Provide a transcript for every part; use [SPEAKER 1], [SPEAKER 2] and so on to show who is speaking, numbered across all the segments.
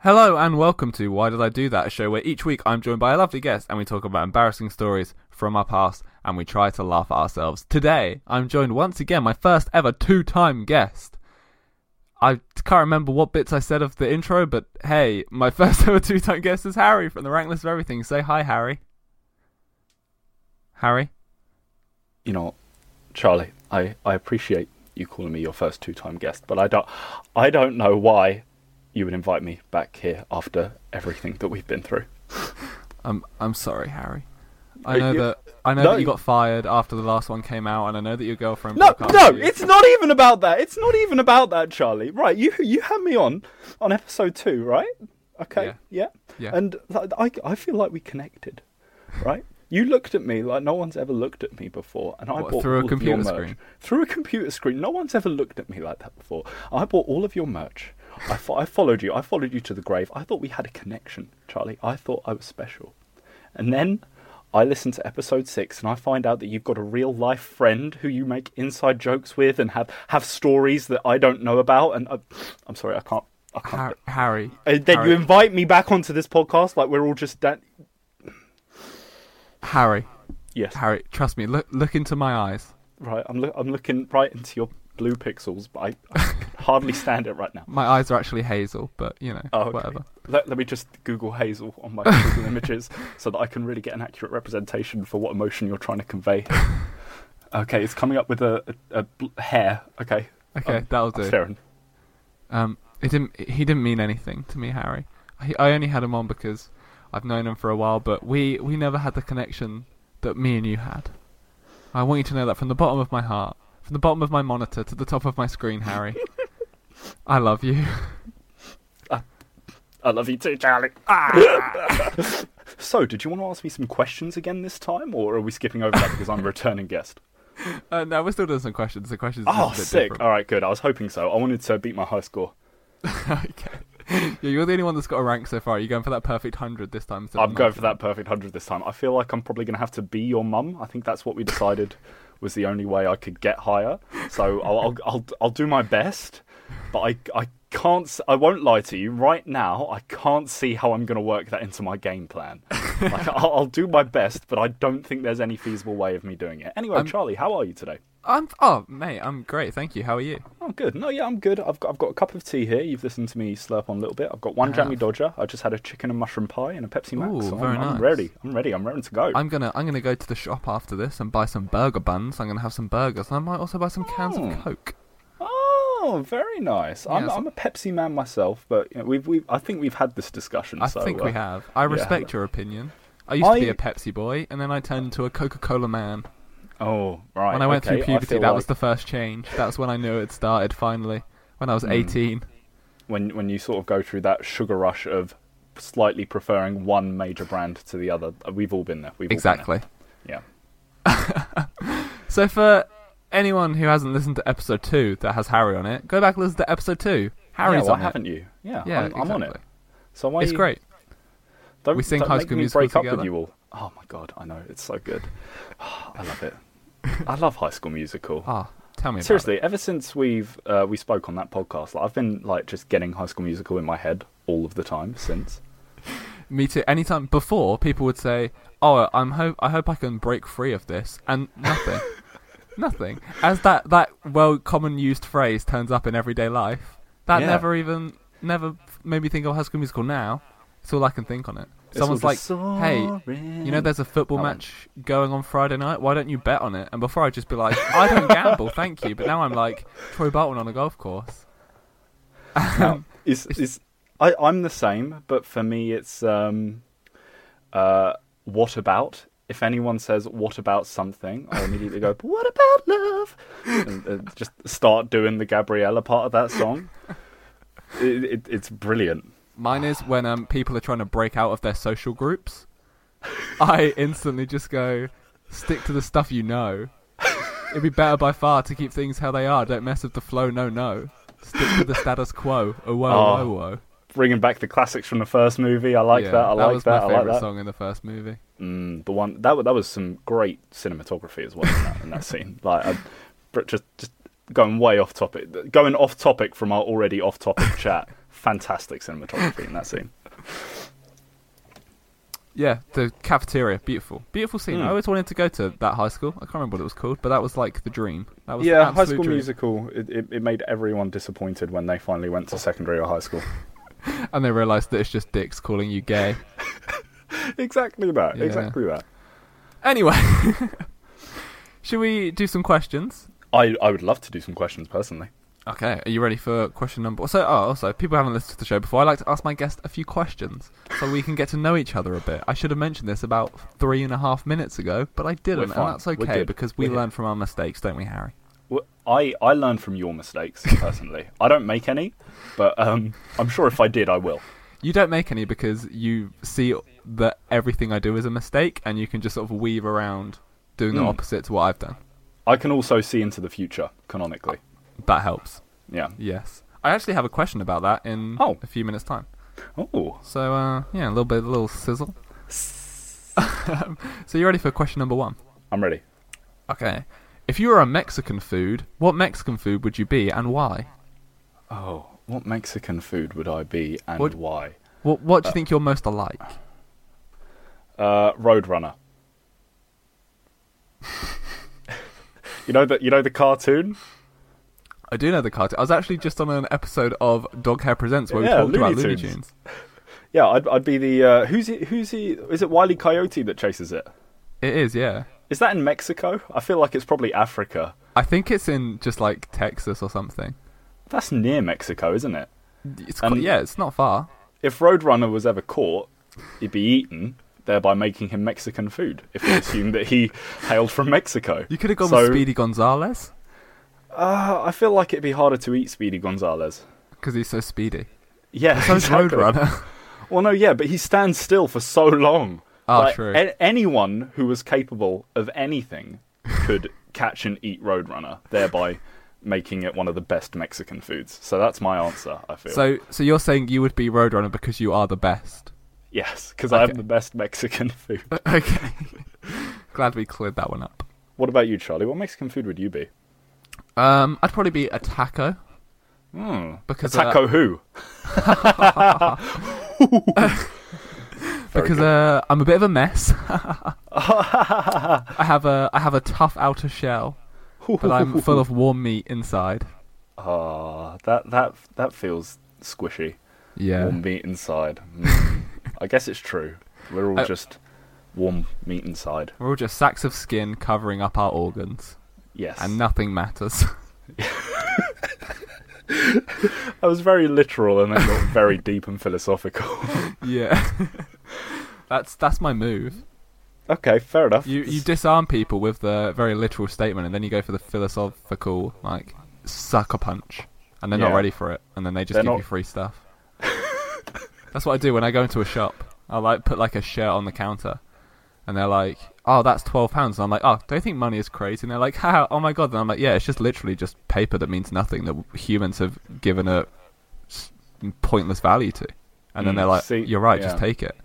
[SPEAKER 1] Hello and welcome to Why Did I Do That? A show where each week I'm joined by a lovely guest and we talk about embarrassing stories from our past and we try to laugh at ourselves. Today I'm joined once again, my first ever two time guest. I can't remember what bits I said of the intro, but hey, my first ever two time guest is Harry from the Rank List of Everything. Say hi, Harry. Harry?
[SPEAKER 2] you know, Charlie, I, I appreciate you calling me your first two time guest, but I don't I don't know why you would invite me back here after everything that we've been through.
[SPEAKER 1] I'm I'm sorry, Harry. I
[SPEAKER 2] Uh,
[SPEAKER 1] know
[SPEAKER 2] you-
[SPEAKER 1] that I know
[SPEAKER 2] No,
[SPEAKER 1] that you
[SPEAKER 2] you-
[SPEAKER 1] got fired after the last one came out, and I know that your girlfriend.
[SPEAKER 2] No,
[SPEAKER 1] broke up
[SPEAKER 2] no,
[SPEAKER 1] with you.
[SPEAKER 2] it's not even about that. It's not even about that, Charlie. Right, you you had me on on episode two, right? Okay, yeah,
[SPEAKER 1] Yeah.
[SPEAKER 2] And th- I I feel like we connected, right? You looked at me like no one's ever looked at me before, and I
[SPEAKER 1] What,
[SPEAKER 2] bought
[SPEAKER 1] through a
[SPEAKER 2] all of your
[SPEAKER 1] computer
[SPEAKER 2] merch.
[SPEAKER 1] screen?
[SPEAKER 2] Through a computer screen, no one's ever looked at me like that before. I bought all of your merch. I, fo- I followed you. I followed you to the grave. I thought we had a connection, Charlie. I thought I was special, and then I listen to episode six, and I find out that you've got a real life friend who you make inside jokes with, and have have stories that I don't know about. And I, I'm sorry, I can't. I can't.
[SPEAKER 1] Har- Harry.
[SPEAKER 2] Uh, then
[SPEAKER 1] Harry.
[SPEAKER 2] you invite me back onto this podcast like we're all just dan-
[SPEAKER 1] Harry,
[SPEAKER 2] yes
[SPEAKER 1] Harry, trust me. Look, look into my eyes.
[SPEAKER 2] right I'm, loo- I'm looking right into your blue pixels but I, I can hardly stand it right now
[SPEAKER 1] My eyes are actually hazel, but you know,
[SPEAKER 2] oh okay.
[SPEAKER 1] whatever.
[SPEAKER 2] Let, let me just google hazel on my google images so that i can really get an accurate representation for what emotion you're trying to convey okay it's coming up with a, a, a bl- hair okay
[SPEAKER 1] Okay,
[SPEAKER 2] Um,
[SPEAKER 1] that'll
[SPEAKER 2] I'm
[SPEAKER 1] do.
[SPEAKER 2] staring.
[SPEAKER 1] Um, it didn't. He didn't mean anything to me, Harry. I, I only had him on because I've known him for a while, but we we never had the connection that me and you had. I want you to know that from the bottom of my heart, from the bottom of my monitor to the top of my screen, Harry. I love you.
[SPEAKER 2] i love you too charlie so did you want to ask me some questions again this time or are we skipping over that because i'm a returning guest
[SPEAKER 1] Uh, no, we're still doing some questions. The questions. are
[SPEAKER 2] oh
[SPEAKER 1] just a bit
[SPEAKER 2] sick
[SPEAKER 1] different.
[SPEAKER 2] all right good i was hoping so i wanted to beat my high score
[SPEAKER 1] okay. Yeah, you're the only one that's got a rank so far. You're going for that perfect hundred this time. instead of
[SPEAKER 2] I'm going for
[SPEAKER 1] 99.
[SPEAKER 2] that perfect 100 this time. I feel like I'm probably going to have to be your mum. I think that's what we decided was the only way I could get higher. So I'll, I'll, I'll, I'll do my best, but I, I can't, s- I won't lie to you. Right now, I can't see how I'm going to work that into my game plan. Like, I'll, I'll do my best, but I don't think there's any feasible way of me doing it. Anyway, Charlie, how are you today?
[SPEAKER 1] I'm. Oh, mate, I'm great. Thank you. How are you?
[SPEAKER 2] Oh, good. No, yeah, I'm good. I've got, I've got a cup of tea here. You've listened to me slurp on a little bit. I've got one jammy
[SPEAKER 1] have.
[SPEAKER 2] dodger. I just had a chicken and mushroom pie and a Pepsi Max.
[SPEAKER 1] Ooh,
[SPEAKER 2] so
[SPEAKER 1] very
[SPEAKER 2] I'm,
[SPEAKER 1] nice.
[SPEAKER 2] I'm ready. I'm ready. I'm ready to go.
[SPEAKER 1] I'm gonna. I'm gonna go to the shop after this and buy some burger buns. I'm gonna have some burgers, and I might also buy some cans of
[SPEAKER 2] Oh.
[SPEAKER 1] Coke.
[SPEAKER 2] Oh, very nice. I'm,
[SPEAKER 1] Yeah, so-
[SPEAKER 2] I'm a Pepsi man myself, but you know, we've, we've, I think we've had this discussion.
[SPEAKER 1] I
[SPEAKER 2] so,
[SPEAKER 1] think
[SPEAKER 2] uh,
[SPEAKER 1] we have. I
[SPEAKER 2] yeah.
[SPEAKER 1] respect your opinion. I used to be
[SPEAKER 2] I-
[SPEAKER 1] a Pepsi boy, and then I turned into a Coca-Cola man.
[SPEAKER 2] Oh, right.
[SPEAKER 1] When I went
[SPEAKER 2] okay,
[SPEAKER 1] through
[SPEAKER 2] I
[SPEAKER 1] puberty,
[SPEAKER 2] feel
[SPEAKER 1] that
[SPEAKER 2] like
[SPEAKER 1] was the first change. That's when I knew it started. Finally, when I was
[SPEAKER 2] Hmm.
[SPEAKER 1] 18.
[SPEAKER 2] when when you sort of go through that sugar rush of slightly preferring one major brand to the other. uh, We've all been there. We've all been there.
[SPEAKER 1] Exactly.
[SPEAKER 2] Yeah.
[SPEAKER 1] So for anyone who hasn't listened to episode two that has Harry on it, go back and listen to episode two. Harry's
[SPEAKER 2] yeah, why
[SPEAKER 1] on it.
[SPEAKER 2] haven't you? Yeah,
[SPEAKER 1] Yeah,
[SPEAKER 2] I'm, I'm on it.
[SPEAKER 1] exactly.
[SPEAKER 2] So why
[SPEAKER 1] It's
[SPEAKER 2] you-
[SPEAKER 1] great.
[SPEAKER 2] Don't,
[SPEAKER 1] We sing
[SPEAKER 2] don't
[SPEAKER 1] High
[SPEAKER 2] make
[SPEAKER 1] School
[SPEAKER 2] me
[SPEAKER 1] Musical
[SPEAKER 2] break up
[SPEAKER 1] together.
[SPEAKER 2] with you all. Oh my god, I know it's so good. I love it. I love High School Musical.
[SPEAKER 1] Ah, tell me about it.
[SPEAKER 2] Seriously, ever since we've uh, we spoke on that podcast, like, I've been like just getting High School Musical in my head all of the time since.
[SPEAKER 1] Me too. Anytime before, people would say, "Oh, I'm hope I hope I can break free of this," and nothing, nothing. As that that well common used phrase turns up in everyday life, that
[SPEAKER 2] Yeah.
[SPEAKER 1] never even never f- made me think of High School Musical. Now it's all I can think on it.
[SPEAKER 2] It's
[SPEAKER 1] Someone's
[SPEAKER 2] all
[SPEAKER 1] like,
[SPEAKER 2] just
[SPEAKER 1] "Hey,
[SPEAKER 2] soaring."
[SPEAKER 1] you know, there's a football
[SPEAKER 2] Oh, man.
[SPEAKER 1] match going on Friday night. Why don't you bet on it?" And before I'd just be like, "I don't gamble, thank you," but now I'm like Troy Bolton on a golf course.
[SPEAKER 2] Now, is is I, I'm the same, but for me it's um, uh, what about? If anyone says what about something, I immediately go, but what about love? And, uh, just start doing the Gabriella part of that song. It, it, it's brilliant.
[SPEAKER 1] Mine is when um, people are trying to break out of their social groups. I instantly just go, stick to the stuff you know. It'd be better by far to keep things how they are. Don't mess with the flow, no, no. Stick to the status quo. Oh, whoa,
[SPEAKER 2] Oh,
[SPEAKER 1] whoa, whoa.
[SPEAKER 2] Bringing back the classics from the first movie. I like
[SPEAKER 1] Yeah,
[SPEAKER 2] that. I like
[SPEAKER 1] was
[SPEAKER 2] that.
[SPEAKER 1] my
[SPEAKER 2] I like
[SPEAKER 1] favourite
[SPEAKER 2] that.
[SPEAKER 1] song in the first movie.
[SPEAKER 2] Mm, the one that wa- that was some great cinematography as well in that, in that scene. Like I, br- just just going way off topic, going off topic from our already off topic chat. Fantastic cinematography in that scene.
[SPEAKER 1] Yeah, the cafeteria, beautiful, beautiful scene.
[SPEAKER 2] Hmm.
[SPEAKER 1] I always wanted to go to that high school. I can't remember what it was called, but that was like the dream. That was the
[SPEAKER 2] Yeah, High
[SPEAKER 1] absolute
[SPEAKER 2] School
[SPEAKER 1] dream.
[SPEAKER 2] Musical. It, it, it made everyone disappointed when they finally went to secondary or high school.
[SPEAKER 1] and they realised that it's just dicks calling you gay.
[SPEAKER 2] exactly that.
[SPEAKER 1] Yeah.
[SPEAKER 2] Exactly that.
[SPEAKER 1] Anyway, should we do some questions?
[SPEAKER 2] I I would love to do some questions personally.
[SPEAKER 1] Okay, are you ready for question number? So, oh, also, people haven't listened to the show before. I like to ask my guest a few questions so we can get to know each other a bit. I should have mentioned this about three and a half minutes ago, but I didn't, and
[SPEAKER 2] fine.
[SPEAKER 1] that's
[SPEAKER 2] We're
[SPEAKER 1] okay
[SPEAKER 2] good.
[SPEAKER 1] because we
[SPEAKER 2] We're here.
[SPEAKER 1] learn from our mistakes, don't we, Harry?
[SPEAKER 2] Well, I I learn from your mistakes personally. I don't make any, but um, I'm sure if I did, I will.
[SPEAKER 1] You don't make any because you see that everything I do is a mistake, and you can just sort of weave around doing the
[SPEAKER 2] Mm.
[SPEAKER 1] opposite to what I've done.
[SPEAKER 2] I can also see into the future canonically.
[SPEAKER 1] That helps.
[SPEAKER 2] Yeah.
[SPEAKER 1] Yes, I actually have a question about that in
[SPEAKER 2] Oh.
[SPEAKER 1] a few minutes' time.
[SPEAKER 2] Oh,
[SPEAKER 1] So, uh, yeah, a little bit, a little sizzle. so, you ready for question number one?
[SPEAKER 2] I'm ready.
[SPEAKER 1] Okay. If you were a Mexican food, what Mexican food would you be and why?
[SPEAKER 2] Oh, what Mexican food would I be and
[SPEAKER 1] What-
[SPEAKER 2] why?
[SPEAKER 1] What What do you think you're most alike?
[SPEAKER 2] Uh, Roadrunner. you know the you know the cartoon.
[SPEAKER 1] I do know the cartoon. I was actually just on an episode of Dog Hair Presents where we
[SPEAKER 2] Yeah,
[SPEAKER 1] talked about
[SPEAKER 2] Looney
[SPEAKER 1] Looney
[SPEAKER 2] Tunes.
[SPEAKER 1] Tunes.
[SPEAKER 2] Yeah, I'd I'd be the uh, who's he, who's he? Is it Wiley Coyote that chases it?
[SPEAKER 1] It is, yeah.
[SPEAKER 2] Is that in Mexico? I feel like it's probably Africa.
[SPEAKER 1] I think it's in just like Texas or something.
[SPEAKER 2] That's near Mexico, isn't it?
[SPEAKER 1] It's
[SPEAKER 2] Um,
[SPEAKER 1] quite, yeah, it's not far.
[SPEAKER 2] If Roadrunner was ever caught, he'd be eaten, thereby making him Mexican food. If we assume that he hailed from Mexico,
[SPEAKER 1] You could have gone
[SPEAKER 2] so,
[SPEAKER 1] with Speedy Gonzales
[SPEAKER 2] Uh, I feel like it'd be harder to eat Speedy Gonzales.
[SPEAKER 1] because he's so speedy.
[SPEAKER 2] Yeah,
[SPEAKER 1] So is
[SPEAKER 2] exactly.
[SPEAKER 1] Roadrunner.
[SPEAKER 2] Well, no, yeah, but he stands still for so long.
[SPEAKER 1] Oh,
[SPEAKER 2] Like,
[SPEAKER 1] true.
[SPEAKER 2] a- anyone who was capable of anything could catch and eat Roadrunner, thereby making it one of the best Mexican foods. So that's my answer. I feel.
[SPEAKER 1] so, so you're saying you would be Roadrunner because you are the best?
[SPEAKER 2] yes, because I
[SPEAKER 1] Okay.
[SPEAKER 2] have the best Mexican food.
[SPEAKER 1] okay. Glad we cleared that one up.
[SPEAKER 2] What about you, Charlie? What Mexican food would you be?
[SPEAKER 1] Um, I'd probably be a taco.
[SPEAKER 2] Hmm.
[SPEAKER 1] Because,
[SPEAKER 2] a taco who? Very
[SPEAKER 1] because
[SPEAKER 2] good.
[SPEAKER 1] uh, I'm a bit of a mess. I have a I have a tough outer shell, but I'm full of warm meat inside.
[SPEAKER 2] Ah, that that that feels squishy.
[SPEAKER 1] Yeah,
[SPEAKER 2] Warm meat inside. Mm. I guess it's true. We're all
[SPEAKER 1] Oh.
[SPEAKER 2] just warm meat inside.
[SPEAKER 1] we're all just sacks of skin covering up our organs,
[SPEAKER 2] Yes.
[SPEAKER 1] and nothing matters.
[SPEAKER 2] I was very literal and then got very deep and philosophical.
[SPEAKER 1] yeah, that's that's my move.
[SPEAKER 2] okay, fair enough.
[SPEAKER 1] You you
[SPEAKER 2] It's-
[SPEAKER 1] disarm people with the very literal statement, and then you go for the philosophical like sucker punch, and they're not
[SPEAKER 2] Yeah.
[SPEAKER 1] ready for it, and then they just
[SPEAKER 2] They're
[SPEAKER 1] give you
[SPEAKER 2] not-
[SPEAKER 1] free stuff. that's what I do when I go into a shop. I like put like a shirt on the counter, and they're like, "Oh, that's twelve pounds," and I'm like, "Oh, don't you think money is crazy?" And they're like, "Ha, oh my god!" And I'm like, "Yeah, it's just literally just paper that means nothing that humans have given a s- pointless value to." And then
[SPEAKER 2] Mm,
[SPEAKER 1] they're like,
[SPEAKER 2] see,
[SPEAKER 1] "You're right, just
[SPEAKER 2] yeah.
[SPEAKER 1] take it."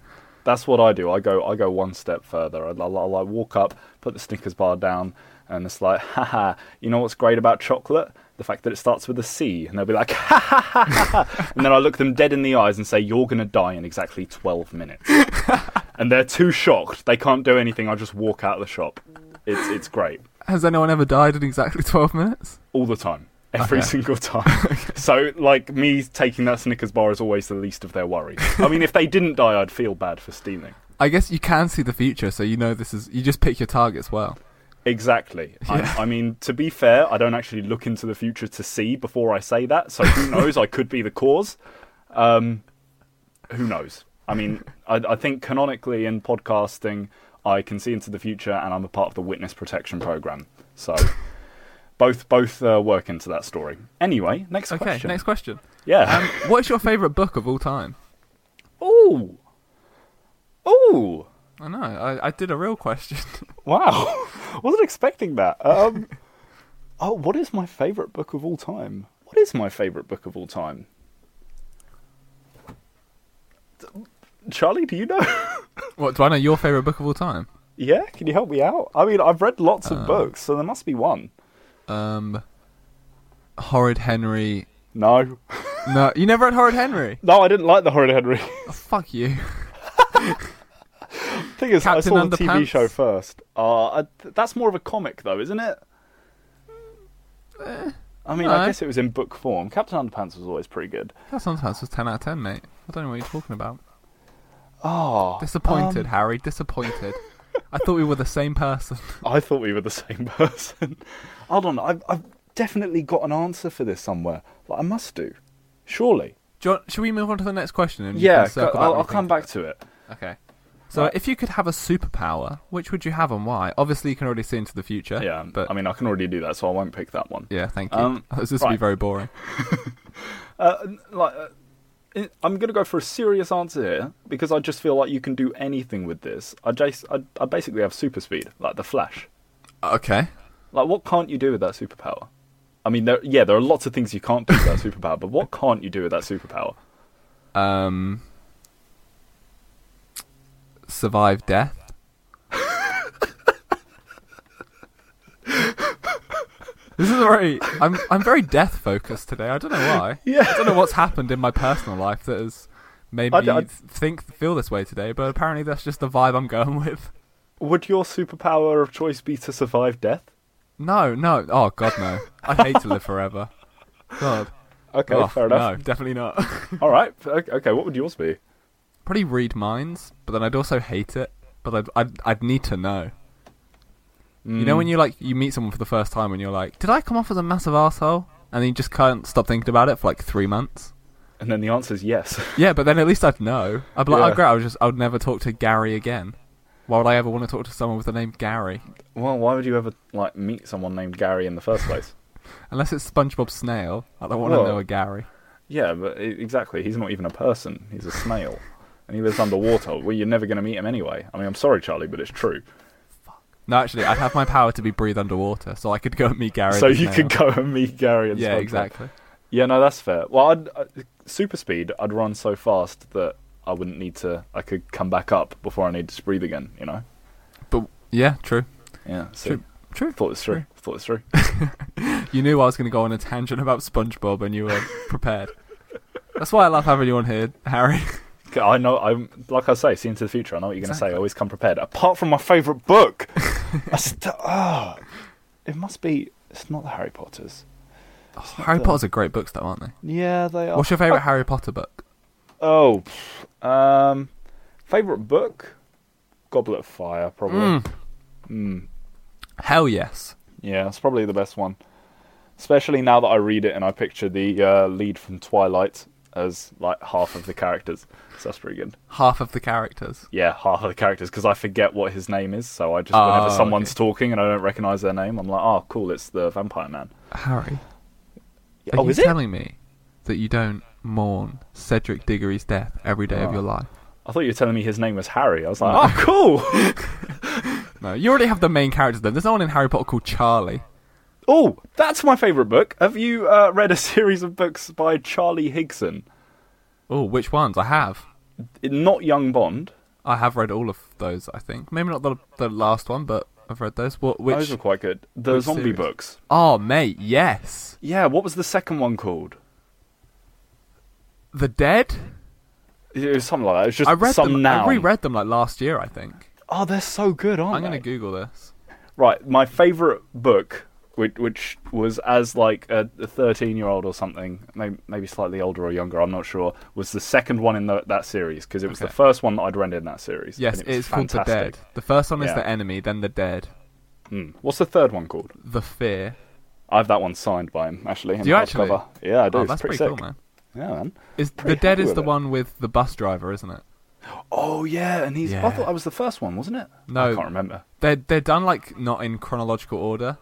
[SPEAKER 2] That's what I do. I go I go one step further. I, I, I I walk up, put the Snickers bar down, and it's like, haha, you know what's great about chocolate? The fact that it starts with a C. And they'll be like, ha ha ha ha. And then I look them dead in the eyes and say, you're going to die in exactly 12 minutes. and they're too shocked. They can't do anything. I just walk out of the shop. It's, it's great.
[SPEAKER 1] Has anyone ever died in exactly twelve minutes?
[SPEAKER 2] All the time. Every
[SPEAKER 1] Okay.
[SPEAKER 2] single time. so, like, me taking that Snickers bar is always the least of their worries. I mean, if they didn't die, I'd feel bad for stealing.
[SPEAKER 1] I guess you can see the future, so you know this is. You just pick your targets well.
[SPEAKER 2] Exactly. I, I mean, to be fair, I don't actually look into the future to see before I say that. So who knows? I could be the cause. Um, who knows? I mean, I, I think canonically in podcasting, I can see into the future, and I'm a part of the witness protection program. So both both uh, work into that story. Anyway, next
[SPEAKER 1] Okay,
[SPEAKER 2] question.
[SPEAKER 1] next question. Um,
[SPEAKER 2] yeah.
[SPEAKER 1] What's your favourite book of all time? um,
[SPEAKER 2] Oh. Oh.
[SPEAKER 1] I know. I, I did a real question.
[SPEAKER 2] Wow, wasn't expecting that. Um, oh, what is my favorite book of all time? What is my favorite book of all time? Charlie, do you know?
[SPEAKER 1] what do I know? Your favourite book of all time?
[SPEAKER 2] yeah, can you help me out? I mean, I've read lots
[SPEAKER 1] Uh.
[SPEAKER 2] of books, so there must be one.
[SPEAKER 1] Um, Horrid Henry.
[SPEAKER 2] No,
[SPEAKER 1] No, you never read Horrid Henry.
[SPEAKER 2] No, I didn't like the Horrid Henry.
[SPEAKER 1] Oh, fuck you.
[SPEAKER 2] thing is, I
[SPEAKER 1] Captain
[SPEAKER 2] saw the TV
[SPEAKER 1] Underpants?
[SPEAKER 2] show first. Uh, I, th- that's more of a comic, though, isn't it? I mean, I
[SPEAKER 1] Eh. No.
[SPEAKER 2] guess it was in book form. Captain Underpants was always pretty good.
[SPEAKER 1] That sometimes was ten out of ten, mate. I don't know what you're talking about.
[SPEAKER 2] Oh,
[SPEAKER 1] Disappointed, Harry. Disappointed. I thought we were the same person.
[SPEAKER 2] I thought we were the same person. Hold on, I've, I've definitely got an answer for this somewhere. Like, I must do, surely.
[SPEAKER 1] Do you want- should we move on to the next question? And you
[SPEAKER 2] yeah,
[SPEAKER 1] can circle
[SPEAKER 2] go-
[SPEAKER 1] back
[SPEAKER 2] I'll,
[SPEAKER 1] when
[SPEAKER 2] I'll
[SPEAKER 1] you
[SPEAKER 2] come
[SPEAKER 1] think
[SPEAKER 2] back to it.
[SPEAKER 1] of- Okay. So,
[SPEAKER 2] Right.
[SPEAKER 1] if you could have a superpower, which would you have and why? Obviously, you can already see into the future.
[SPEAKER 2] Yeah,
[SPEAKER 1] but
[SPEAKER 2] I mean, I can already do that, so I won't pick that one.
[SPEAKER 1] yeah, thank you.
[SPEAKER 2] Um,
[SPEAKER 1] Otherwise this would be
[SPEAKER 2] right.
[SPEAKER 1] very boring.
[SPEAKER 2] Uh, like, uh, i- I'm going to go for a serious answer here because I just feel like you can do anything with this. I, just, I, I basically have super speed, like the Flash.
[SPEAKER 1] Okay.
[SPEAKER 2] Like, what can't you do with that superpower? I mean, there, yeah, there are lots of things you can't do with that superpower, but what can't you do with that superpower?
[SPEAKER 1] Um. Survive death. this is a very. I'm I'm very death focused today. I don't know why.
[SPEAKER 2] Yeah.
[SPEAKER 1] I don't know what's happened in my personal life that has made
[SPEAKER 2] I
[SPEAKER 1] me
[SPEAKER 2] d- I-
[SPEAKER 1] think feel this way today. But apparently that's just the vibe I'm going with.
[SPEAKER 2] Would your superpower of choice be to survive death?
[SPEAKER 1] No, no. Oh God, no. I'd hate to live forever. God.
[SPEAKER 2] Okay,
[SPEAKER 1] Oh,
[SPEAKER 2] fair enough.
[SPEAKER 1] No, definitely not.
[SPEAKER 2] All right. f- Okay, okay, what would yours be?
[SPEAKER 1] Probably read minds, but then I'd also hate it. But I'd I'd, I'd need to know. You know when
[SPEAKER 2] Mm.
[SPEAKER 1] you like you meet someone for the first time and you're like, did I come off as a massive asshole? And then you just can't stop thinking about it for like three months.
[SPEAKER 2] And then the answer is yes.
[SPEAKER 1] Yeah, but then at least I'd know. I'd be like,
[SPEAKER 2] Yeah.
[SPEAKER 1] oh great, I would just I would never talk to Gary again. Why would I ever want to talk to someone with the name Gary?
[SPEAKER 2] well, why would you ever like meet someone named Gary in the first place?
[SPEAKER 1] Unless it's SpongeBob Snail. I don't want to
[SPEAKER 2] Well-
[SPEAKER 1] know a Gary.
[SPEAKER 2] yeah, but e- exactly. He's not even a person. He's a snail, and he lives underwater. Well, you're never going to meet him anyway. I mean, I'm sorry, Charlie, but it's true.
[SPEAKER 1] No, actually, I'd have my power to be breathed underwater, so I could go and meet Gary.
[SPEAKER 2] so
[SPEAKER 1] the snail.
[SPEAKER 2] you could go and meet Gary. And
[SPEAKER 1] Yeah,
[SPEAKER 2] SpongeBob.
[SPEAKER 1] exactly.
[SPEAKER 2] Yeah, no, that's fair. Well, I'd, uh, super speed. I'd run so fast that I wouldn't need to. I could come back up before I needed to breathe again. You know.
[SPEAKER 1] But yeah, true,
[SPEAKER 2] Yeah. So
[SPEAKER 1] true, true.
[SPEAKER 2] Thought this through. Thought this through.
[SPEAKER 1] You knew I was going to go on a tangent about SpongeBob, and you were prepared. That's why I love having you on here, Harry.
[SPEAKER 2] Okay, I know. I'm like I say, see into the future. I know what you're going to
[SPEAKER 1] Exactly.
[SPEAKER 2] say. I always come prepared. Apart from my favourite book, I st- ah, it must be. It's not the Harry Potters.
[SPEAKER 1] Oh, Harry
[SPEAKER 2] the-
[SPEAKER 1] Potter's are great books, though, aren't they?
[SPEAKER 2] Yeah, they are.
[SPEAKER 1] What's your favourite Harry Potter book?
[SPEAKER 2] Oh, pff, um, favourite book, Goblet of Fire, probably.
[SPEAKER 1] Mm.
[SPEAKER 2] Mm,
[SPEAKER 1] Hell yes.
[SPEAKER 2] yeah, it's probably the best one. Especially now that I read it and I picture the uh, lead from Twilight as like half of the characters. So that's pretty good.
[SPEAKER 1] Half of the characters.
[SPEAKER 2] yeah, half of the characters because I forget what his name is. So I just
[SPEAKER 1] Oh,
[SPEAKER 2] whenever someone's talking and I don't recognize their name, I'm like, oh, cool, it's the Vampire Man.
[SPEAKER 1] Harry, are
[SPEAKER 2] oh,
[SPEAKER 1] you
[SPEAKER 2] is it?
[SPEAKER 1] telling me that you don't mourn Cedric Diggory's death every day
[SPEAKER 2] Oh.
[SPEAKER 1] of your life?
[SPEAKER 2] I thought you were telling me his name was Harry. I was like,
[SPEAKER 1] No.
[SPEAKER 2] oh, cool.
[SPEAKER 1] No, you already have the main characters. Then there's no one in Harry Potter called Charlie.
[SPEAKER 2] oh, that's my favorite book. Have you uh, read a series of books by Charlie Higson?
[SPEAKER 1] Oh, which ones? I have.
[SPEAKER 2] Not Young Bond.
[SPEAKER 1] I have read all of those. I think maybe not the the last one, but I've read those. What?
[SPEAKER 2] Those
[SPEAKER 1] Which?
[SPEAKER 2] were quite good. The
[SPEAKER 1] which
[SPEAKER 2] zombie
[SPEAKER 1] series?
[SPEAKER 2] books.
[SPEAKER 1] Oh, mate, yes.
[SPEAKER 2] Yeah, what was the second one called?
[SPEAKER 1] The Dead.
[SPEAKER 2] It was something like that. It was just
[SPEAKER 1] I read
[SPEAKER 2] some
[SPEAKER 1] them.
[SPEAKER 2] noun.
[SPEAKER 1] I reread them like last year, I think.
[SPEAKER 2] oh, they're so good, aren't
[SPEAKER 1] I'm
[SPEAKER 2] they?
[SPEAKER 1] gonna Google this.
[SPEAKER 2] Right, my favourite book, which, which was as like a thirteen-year-old or something, maybe, maybe slightly older or younger, I'm not sure, was the second one in the, that series because it was
[SPEAKER 1] Okay.
[SPEAKER 2] the first one that I'd read in that series.
[SPEAKER 1] Yes,
[SPEAKER 2] and it was
[SPEAKER 1] it's called The
[SPEAKER 2] fantastic.
[SPEAKER 1] Dead. The first one is
[SPEAKER 2] Yeah.
[SPEAKER 1] The Enemy, then The Dead,
[SPEAKER 2] Mm. What's the third one called?
[SPEAKER 1] The Fear.
[SPEAKER 2] I have that one signed by him actually. in
[SPEAKER 1] Do you
[SPEAKER 2] hardcover.
[SPEAKER 1] actually?
[SPEAKER 2] Yeah, I do.
[SPEAKER 1] Oh,
[SPEAKER 2] it's
[SPEAKER 1] that's pretty,
[SPEAKER 2] pretty, sick.
[SPEAKER 1] cool, man.
[SPEAKER 2] Yeah, man.
[SPEAKER 1] Is
[SPEAKER 2] Pretty
[SPEAKER 1] The Dead
[SPEAKER 2] happy
[SPEAKER 1] is
[SPEAKER 2] with
[SPEAKER 1] the
[SPEAKER 2] it.
[SPEAKER 1] one with the bus driver, isn't it?
[SPEAKER 2] Oh yeah, and he's. I
[SPEAKER 1] Yeah.
[SPEAKER 2] thought that was the first one, wasn't it?
[SPEAKER 1] No.
[SPEAKER 2] I can't remember.
[SPEAKER 1] They're they're done like not in chronological order.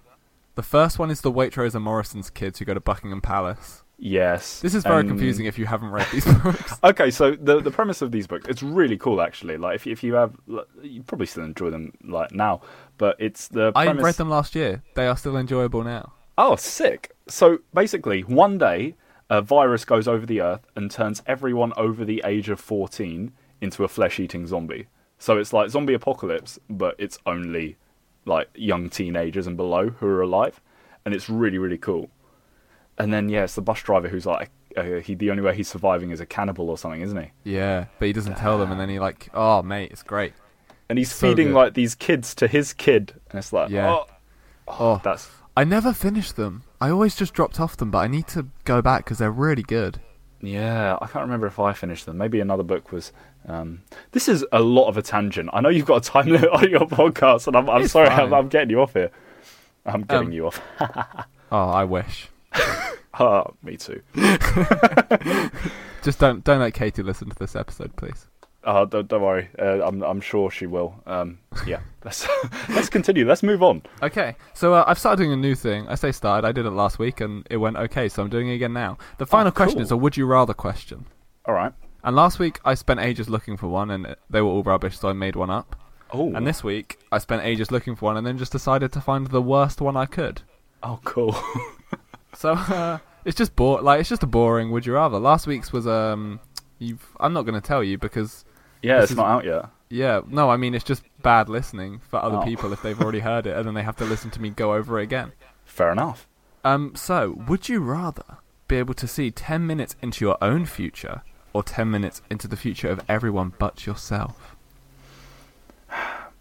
[SPEAKER 1] The first one is the Waitrose and Morrison's kids who go to Buckingham Palace.
[SPEAKER 2] Yes.
[SPEAKER 1] This is very
[SPEAKER 2] and-
[SPEAKER 1] confusing if you haven't read these books.
[SPEAKER 2] Okay, so the the premise of these books it's really cool actually. Like if if you have like, you probably still enjoy them like now, but it's the
[SPEAKER 1] I
[SPEAKER 2] premise.
[SPEAKER 1] read them last year. They are still enjoyable now.
[SPEAKER 2] Oh, sick! So basically, one day a virus goes over the earth and turns everyone over the age of fourteen into a flesh eating zombie. So it's like zombie apocalypse, but it's only like young teenagers and below who are alive, and it's really really cool. And then yeah, it's the bus driver who's like uh, he the only way he's surviving is a cannibal or something, isn't he?
[SPEAKER 1] Yeah, but he doesn't tell them, and then he like, oh mate, it's great.
[SPEAKER 2] And he's
[SPEAKER 1] So
[SPEAKER 2] feeding
[SPEAKER 1] good.
[SPEAKER 2] like these kids to his kid, and it's like,
[SPEAKER 1] Yeah.
[SPEAKER 2] oh,
[SPEAKER 1] Oh,
[SPEAKER 2] that's
[SPEAKER 1] I never finished them. I always just dropped off them, but I need to go back because they're really good.
[SPEAKER 2] Yeah, I can't remember if I finished them. Maybe another book was. Um, this is a lot of a tangent. I know you've got a time limit on your podcast, and I'm, I'm
[SPEAKER 1] It's
[SPEAKER 2] sorry,
[SPEAKER 1] fine.
[SPEAKER 2] I'm, I'm getting you off here. I'm getting
[SPEAKER 1] Um,
[SPEAKER 2] you off.
[SPEAKER 1] Oh, I wish.
[SPEAKER 2] Ah, me too.
[SPEAKER 1] Just don't don't let Katie listen to this episode, please.
[SPEAKER 2] Uh, don't, don't worry. Uh, I'm, I'm sure she will. Um, yeah, let's let's continue. Let's move on.
[SPEAKER 1] Okay, so uh, I've started doing a new thing. I say started. I did it last week, and it went okay. So I'm doing it again now. The final question
[SPEAKER 2] cool.
[SPEAKER 1] is a would you rather question.
[SPEAKER 2] All right.
[SPEAKER 1] And last week I spent ages looking for one, and uh, they were all rubbish, so I made one up.
[SPEAKER 2] Oh,
[SPEAKER 1] And this week I spent ages looking for one, and then just decided to find the worst one I could.
[SPEAKER 2] Oh, cool.
[SPEAKER 1] So uh, it's just bore like it's just a boring. Would you rather? Last week's was um, you've I'm not going to tell you because
[SPEAKER 2] yeah,
[SPEAKER 1] This
[SPEAKER 2] it's
[SPEAKER 1] is-
[SPEAKER 2] not out yet.
[SPEAKER 1] yeah, no, I mean it's just bad listening for other
[SPEAKER 2] Oh.
[SPEAKER 1] people if they've already heard it, and then they have to listen to me go over it again.
[SPEAKER 2] Fair enough.
[SPEAKER 1] Um, so would you rather be able to see ten minutes into your own future or ten minutes into the future of everyone but yourself?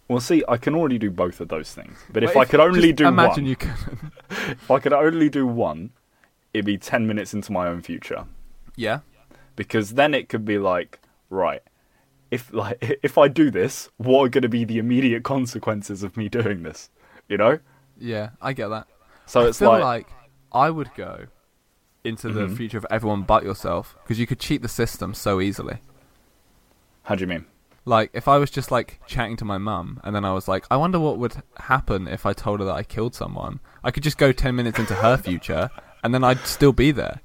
[SPEAKER 2] Well, see, I can already do both of those things, but if
[SPEAKER 1] Well,
[SPEAKER 2] I could only
[SPEAKER 1] just
[SPEAKER 2] do
[SPEAKER 1] imagine
[SPEAKER 2] one,
[SPEAKER 1] you could.
[SPEAKER 2] if I could only do one, it'd be ten minutes into my own future.
[SPEAKER 1] yeah.
[SPEAKER 2] because then it could be like right if like if i do this what are going to be the immediate consequences of me doing this you know
[SPEAKER 1] Yeah, I get that.
[SPEAKER 2] so
[SPEAKER 1] I
[SPEAKER 2] it's
[SPEAKER 1] feel
[SPEAKER 2] like, Mm-hmm.
[SPEAKER 1] like... I would go into the future of everyone but yourself because you could cheat the system so easily.
[SPEAKER 2] how do you mean
[SPEAKER 1] Like if I was just like chatting to my mum and then I was like, I wonder what would happen if I told her that I killed someone. I could just go ten minutes into her future and then I'd still be there.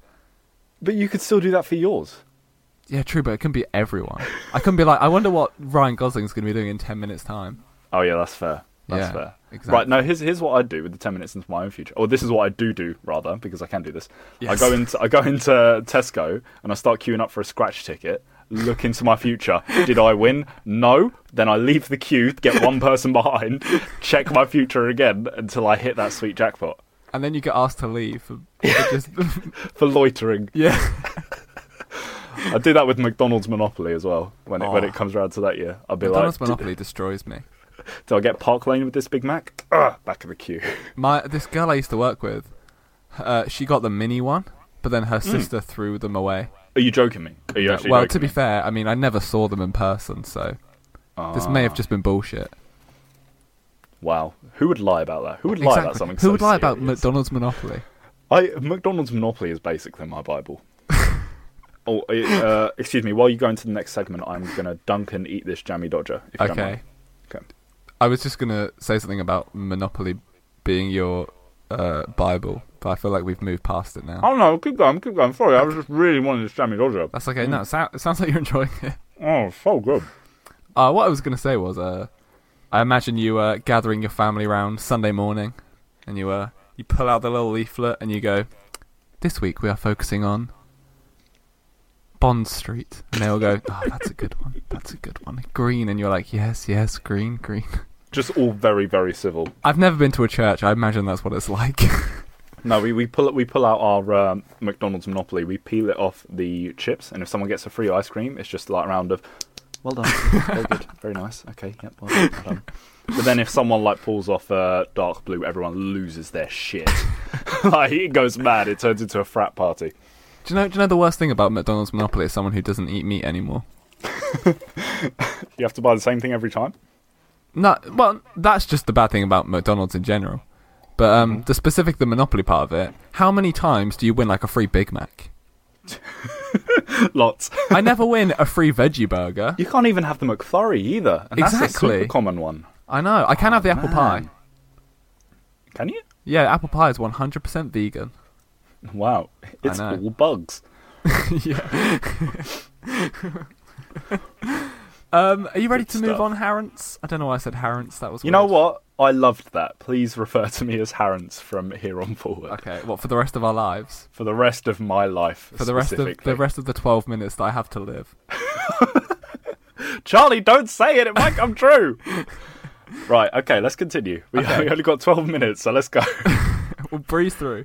[SPEAKER 2] but you could still do that for yours
[SPEAKER 1] Yeah, true, but it can be everyone. I can be like, I wonder what Ryan Gosling's going to be doing in ten minutes' time.
[SPEAKER 2] oh yeah that's fair that's
[SPEAKER 1] Yeah,
[SPEAKER 2] fair
[SPEAKER 1] exactly.
[SPEAKER 2] right no here's here's what i do with the 10 minutes into my own future or this is what i do do rather because i can do this i
[SPEAKER 1] Yes.
[SPEAKER 2] go into i go into tesco and i start queuing up for a scratch ticket look into my future did i win no then i leave the queue get one person behind check my future again until i hit that sweet jackpot
[SPEAKER 1] And then you get asked to leave. For, for just,
[SPEAKER 2] for loitering.
[SPEAKER 1] yeah.
[SPEAKER 2] I do that with McDonald's Monopoly as well. When it when
[SPEAKER 1] Aw.
[SPEAKER 2] it comes around to that year, I'll be
[SPEAKER 1] Ah. McDonald's
[SPEAKER 2] like,
[SPEAKER 1] Monopoly destroys me.
[SPEAKER 2] "Do I get Park Lane with this Big Mac?" Ugh, back of the queue.
[SPEAKER 1] My this girl I used to work with, uh, she got the mini one, but then
[SPEAKER 2] Hmm.
[SPEAKER 1] her sister threw them away.
[SPEAKER 2] Are you joking me? Are you
[SPEAKER 1] Yeah,
[SPEAKER 2] actually
[SPEAKER 1] well,
[SPEAKER 2] joking
[SPEAKER 1] to be
[SPEAKER 2] me?
[SPEAKER 1] fair, I mean I never saw them in person, so this may have
[SPEAKER 2] Ah.
[SPEAKER 1] just been bullshit.
[SPEAKER 2] Wow, who would lie about that? Who would lie about something?
[SPEAKER 1] Who
[SPEAKER 2] so
[SPEAKER 1] would lie about
[SPEAKER 2] serious?
[SPEAKER 1] McDonald's Monopoly?
[SPEAKER 2] I McDonald's Monopoly is basically my bible. oh, it, uh, excuse me. While you go into the next segment, I'm gonna dunk and eat this jammy dodger. If you don't
[SPEAKER 1] Okay.
[SPEAKER 2] mind. Okay.
[SPEAKER 1] I was just gonna say something about Monopoly being your uh, Bible, but I feel like we've moved past it now.
[SPEAKER 2] Oh no, keep going, keep going. Sorry, I was just really wanting this jammy dodger.
[SPEAKER 1] That's okay. No, it, sou- it sounds like you're enjoying it.
[SPEAKER 2] Oh, so good.
[SPEAKER 1] Uh, what I was gonna say was, uh, I imagine you uh, gathering your family round Sunday morning, and you uh, you pull out the little leaflet and you go, "This week we are focusing on Bond Street," and they all go, "Oh, that's a good one. That's a good one. Green," and you're like, "Yes, yes, green, green."
[SPEAKER 2] Just all very, very civil.
[SPEAKER 1] I've never been to a church. I imagine that's what it's like.
[SPEAKER 2] No, we, we pull it, we pull out our um, McDonald's Monopoly. We peel it off the chips, and if someone gets a free ice cream, it's just like a round of, well done, very good, very nice. Okay, yep, well done. well done." But then if someone like pulls off uh, dark blue, everyone loses their shit. like it goes mad. It turns into a frat party.
[SPEAKER 1] do you know? Do you know the worst thing about McDonald's Monopoly is someone who doesn't eat meat anymore?
[SPEAKER 2] You have to buy the same thing every time.
[SPEAKER 1] No, well, that's just the bad thing about McDonald's in general. But um,
[SPEAKER 2] Mm-hmm.
[SPEAKER 1] the specific, the Monopoly part of it, how many times do you win like a free Big Mac?
[SPEAKER 2] Lots.
[SPEAKER 1] I never win a free veggie burger.
[SPEAKER 2] You can't even have the McFlurry either, and that's a
[SPEAKER 1] Exactly.
[SPEAKER 2] super common one.
[SPEAKER 1] I know. I can have the apple pie.
[SPEAKER 2] Oh, Man. Can you?
[SPEAKER 1] Yeah, apple pie is 100% vegan.
[SPEAKER 2] Wow, it's
[SPEAKER 1] know.
[SPEAKER 2] all bugs.
[SPEAKER 1] yeah. um, are you ready
[SPEAKER 2] Good
[SPEAKER 1] to move
[SPEAKER 2] stuff.
[SPEAKER 1] on, Harrence? I don't know why I said Harrence. That was
[SPEAKER 2] You know
[SPEAKER 1] weird.
[SPEAKER 2] what? I loved that. Please refer to me as Harrence from here on forward.
[SPEAKER 1] Okay, what for the rest of our lives?
[SPEAKER 2] For the rest of my life.
[SPEAKER 1] For the rest of
[SPEAKER 2] specifically.
[SPEAKER 1] the rest of the 12 minutes that I have to live.
[SPEAKER 2] Charlie, don't say it. It might come true. right. Okay. Let's continue. We,
[SPEAKER 1] Okay.
[SPEAKER 2] we only got twelve minutes, so let's go.
[SPEAKER 1] we'll breeze through.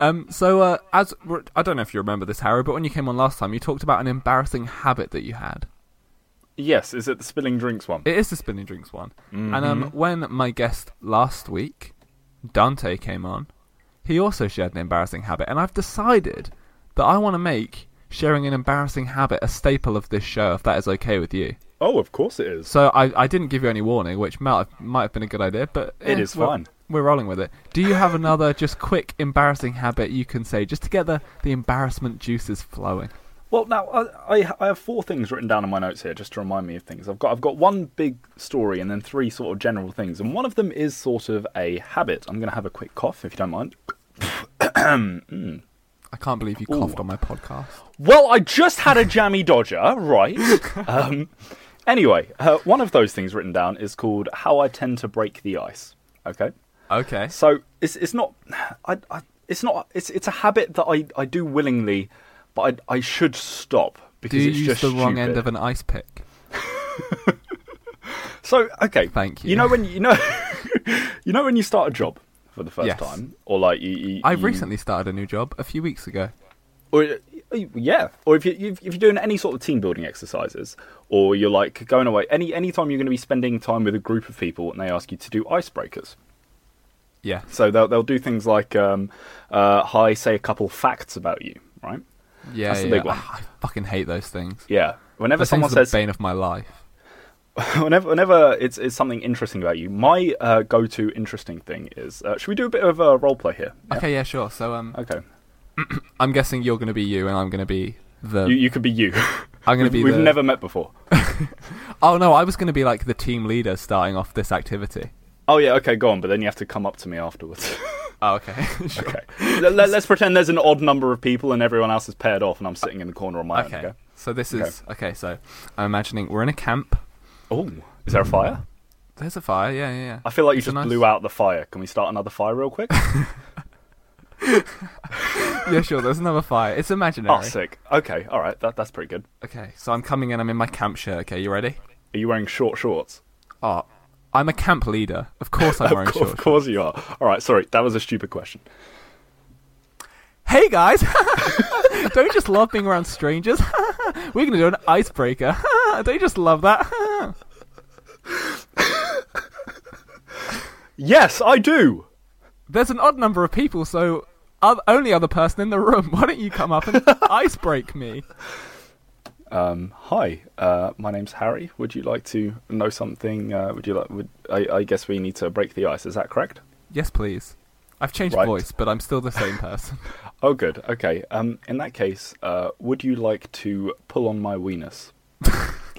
[SPEAKER 1] Um, so, uh, as I don't know if you remember this, Harry, but when you came on last time, you talked about an embarrassing habit that you had.
[SPEAKER 2] Yes, is it the spilling drinks one?
[SPEAKER 1] It is the spinning drinks one. And um,
[SPEAKER 2] Mm-hmm.
[SPEAKER 1] when my guest last week, Dante, came on, he also shared an embarrassing habit. And I've decided that I want to make sharing an embarrassing habit a staple of this show, if that is okay with you.
[SPEAKER 2] Oh, of course it is.
[SPEAKER 1] So I, I didn't give you any warning, which might have, might have been a good idea, but
[SPEAKER 2] It
[SPEAKER 1] eh,
[SPEAKER 2] is
[SPEAKER 1] we're-
[SPEAKER 2] fine.
[SPEAKER 1] We're rolling with it. Do you have another just quick embarrassing habit you can say just to get the, the embarrassment juices flowing?
[SPEAKER 2] Well, now I, I I have four things written down in my notes here just to remind me of things. I've got I've got one big story and then three sort of general things, and one of them is sort of a habit. I'm going to have a quick cough if you don't mind.
[SPEAKER 1] I can't believe you coughed on my podcast.
[SPEAKER 2] Well, I just had a jammy dodger, right? um, anyway, uh, one of those things written down is called "How I Tend to Break the Ice." Okay,
[SPEAKER 1] Okay.
[SPEAKER 2] so it's it's not I, I it's not it's it's a habit that I, I do willingly, but I I should stop
[SPEAKER 1] Do
[SPEAKER 2] because
[SPEAKER 1] you
[SPEAKER 2] it's
[SPEAKER 1] use
[SPEAKER 2] just
[SPEAKER 1] the wrong
[SPEAKER 2] stupid.
[SPEAKER 1] end of an ice pick?
[SPEAKER 2] So okay,
[SPEAKER 1] Thank you.
[SPEAKER 2] You know when you know, you know when you start a job for the first
[SPEAKER 1] Yes.
[SPEAKER 2] time, or like you. you
[SPEAKER 1] I
[SPEAKER 2] you-
[SPEAKER 1] recently started a new job a few weeks ago.
[SPEAKER 2] or uh, yeah, or if you if you're doing any sort of team building exercises, or you're like going away any any time you're going to be spending time with a group of people, and they ask you to do icebreakers.
[SPEAKER 1] Yeah.
[SPEAKER 2] So they'll they'll do things like, um, uh, hi, say a couple facts about you, right?
[SPEAKER 1] Yeah.
[SPEAKER 2] That's the
[SPEAKER 1] yeah.
[SPEAKER 2] big one.
[SPEAKER 1] Ah, I fucking hate those things.
[SPEAKER 2] Yeah. Whenever
[SPEAKER 1] Those
[SPEAKER 2] someone
[SPEAKER 1] things are
[SPEAKER 2] says
[SPEAKER 1] the bane of my life.
[SPEAKER 2] whenever, whenever it's, it's something interesting about you, my uh, go-to interesting thing is, uh, should we do a bit of a uh, role play here? Yeah?
[SPEAKER 1] Okay, yeah, sure. So um,
[SPEAKER 2] Okay.
[SPEAKER 1] I'm guessing you're going to be you, and I'm going to be the.
[SPEAKER 2] You, you could be you.
[SPEAKER 1] Um, I'm going to
[SPEAKER 2] We've,
[SPEAKER 1] be.
[SPEAKER 2] we've
[SPEAKER 1] the-
[SPEAKER 2] never met before.
[SPEAKER 1] Oh no, I was going to be like the team leader starting off this activity.
[SPEAKER 2] Oh yeah, okay, go on. But then you have to come up to me afterwards.
[SPEAKER 1] Oh, okay. sure.
[SPEAKER 2] okay. Let, let, us pretend there's an odd number of people and everyone else is paired off, and I'm sitting in the corner on my
[SPEAKER 1] Okay.
[SPEAKER 2] own. Okay.
[SPEAKER 1] So this is okay. So I'm imagining we're in a camp.
[SPEAKER 2] Oh, is there a fire?
[SPEAKER 1] There's a fire. Yeah, yeah. yeah.
[SPEAKER 2] I feel like
[SPEAKER 1] Hmm.
[SPEAKER 2] you
[SPEAKER 1] It's a
[SPEAKER 2] just
[SPEAKER 1] nice-
[SPEAKER 2] blew out the fire. Can we start another fire real quick?
[SPEAKER 1] yeah, sure. There's another fire. It's imaginary.
[SPEAKER 2] oh, sick. Okay, all right. That that's pretty good.
[SPEAKER 1] Okay. So I'm coming in. I'm in my camp shirt. Okay, you ready?
[SPEAKER 2] Are you wearing short shorts?
[SPEAKER 1] Oh, I'm a camp leader. Of course I'm wearing
[SPEAKER 2] of, course,
[SPEAKER 1] shorts.
[SPEAKER 2] of course you are. All right. Sorry, that was a stupid question.
[SPEAKER 1] Hey guys! Don't you just love being around strangers? We're gonna do an icebreaker. Don't you just love that?
[SPEAKER 2] Yes, I do.
[SPEAKER 1] There's an odd number of people, so oth- only other person in the room. Why don't you come up and icebreak me?
[SPEAKER 2] Um, hi, uh, my name's Harry. Would you like to know something? Uh, would you like? Would, I, I guess we need to break the ice. Is that correct?
[SPEAKER 1] Yes, please. I've changed
[SPEAKER 2] Right.
[SPEAKER 1] voice, but I'm still the same person.
[SPEAKER 2] Oh, good. Okay. Um, in that case, uh, would you like to pull on my weenus?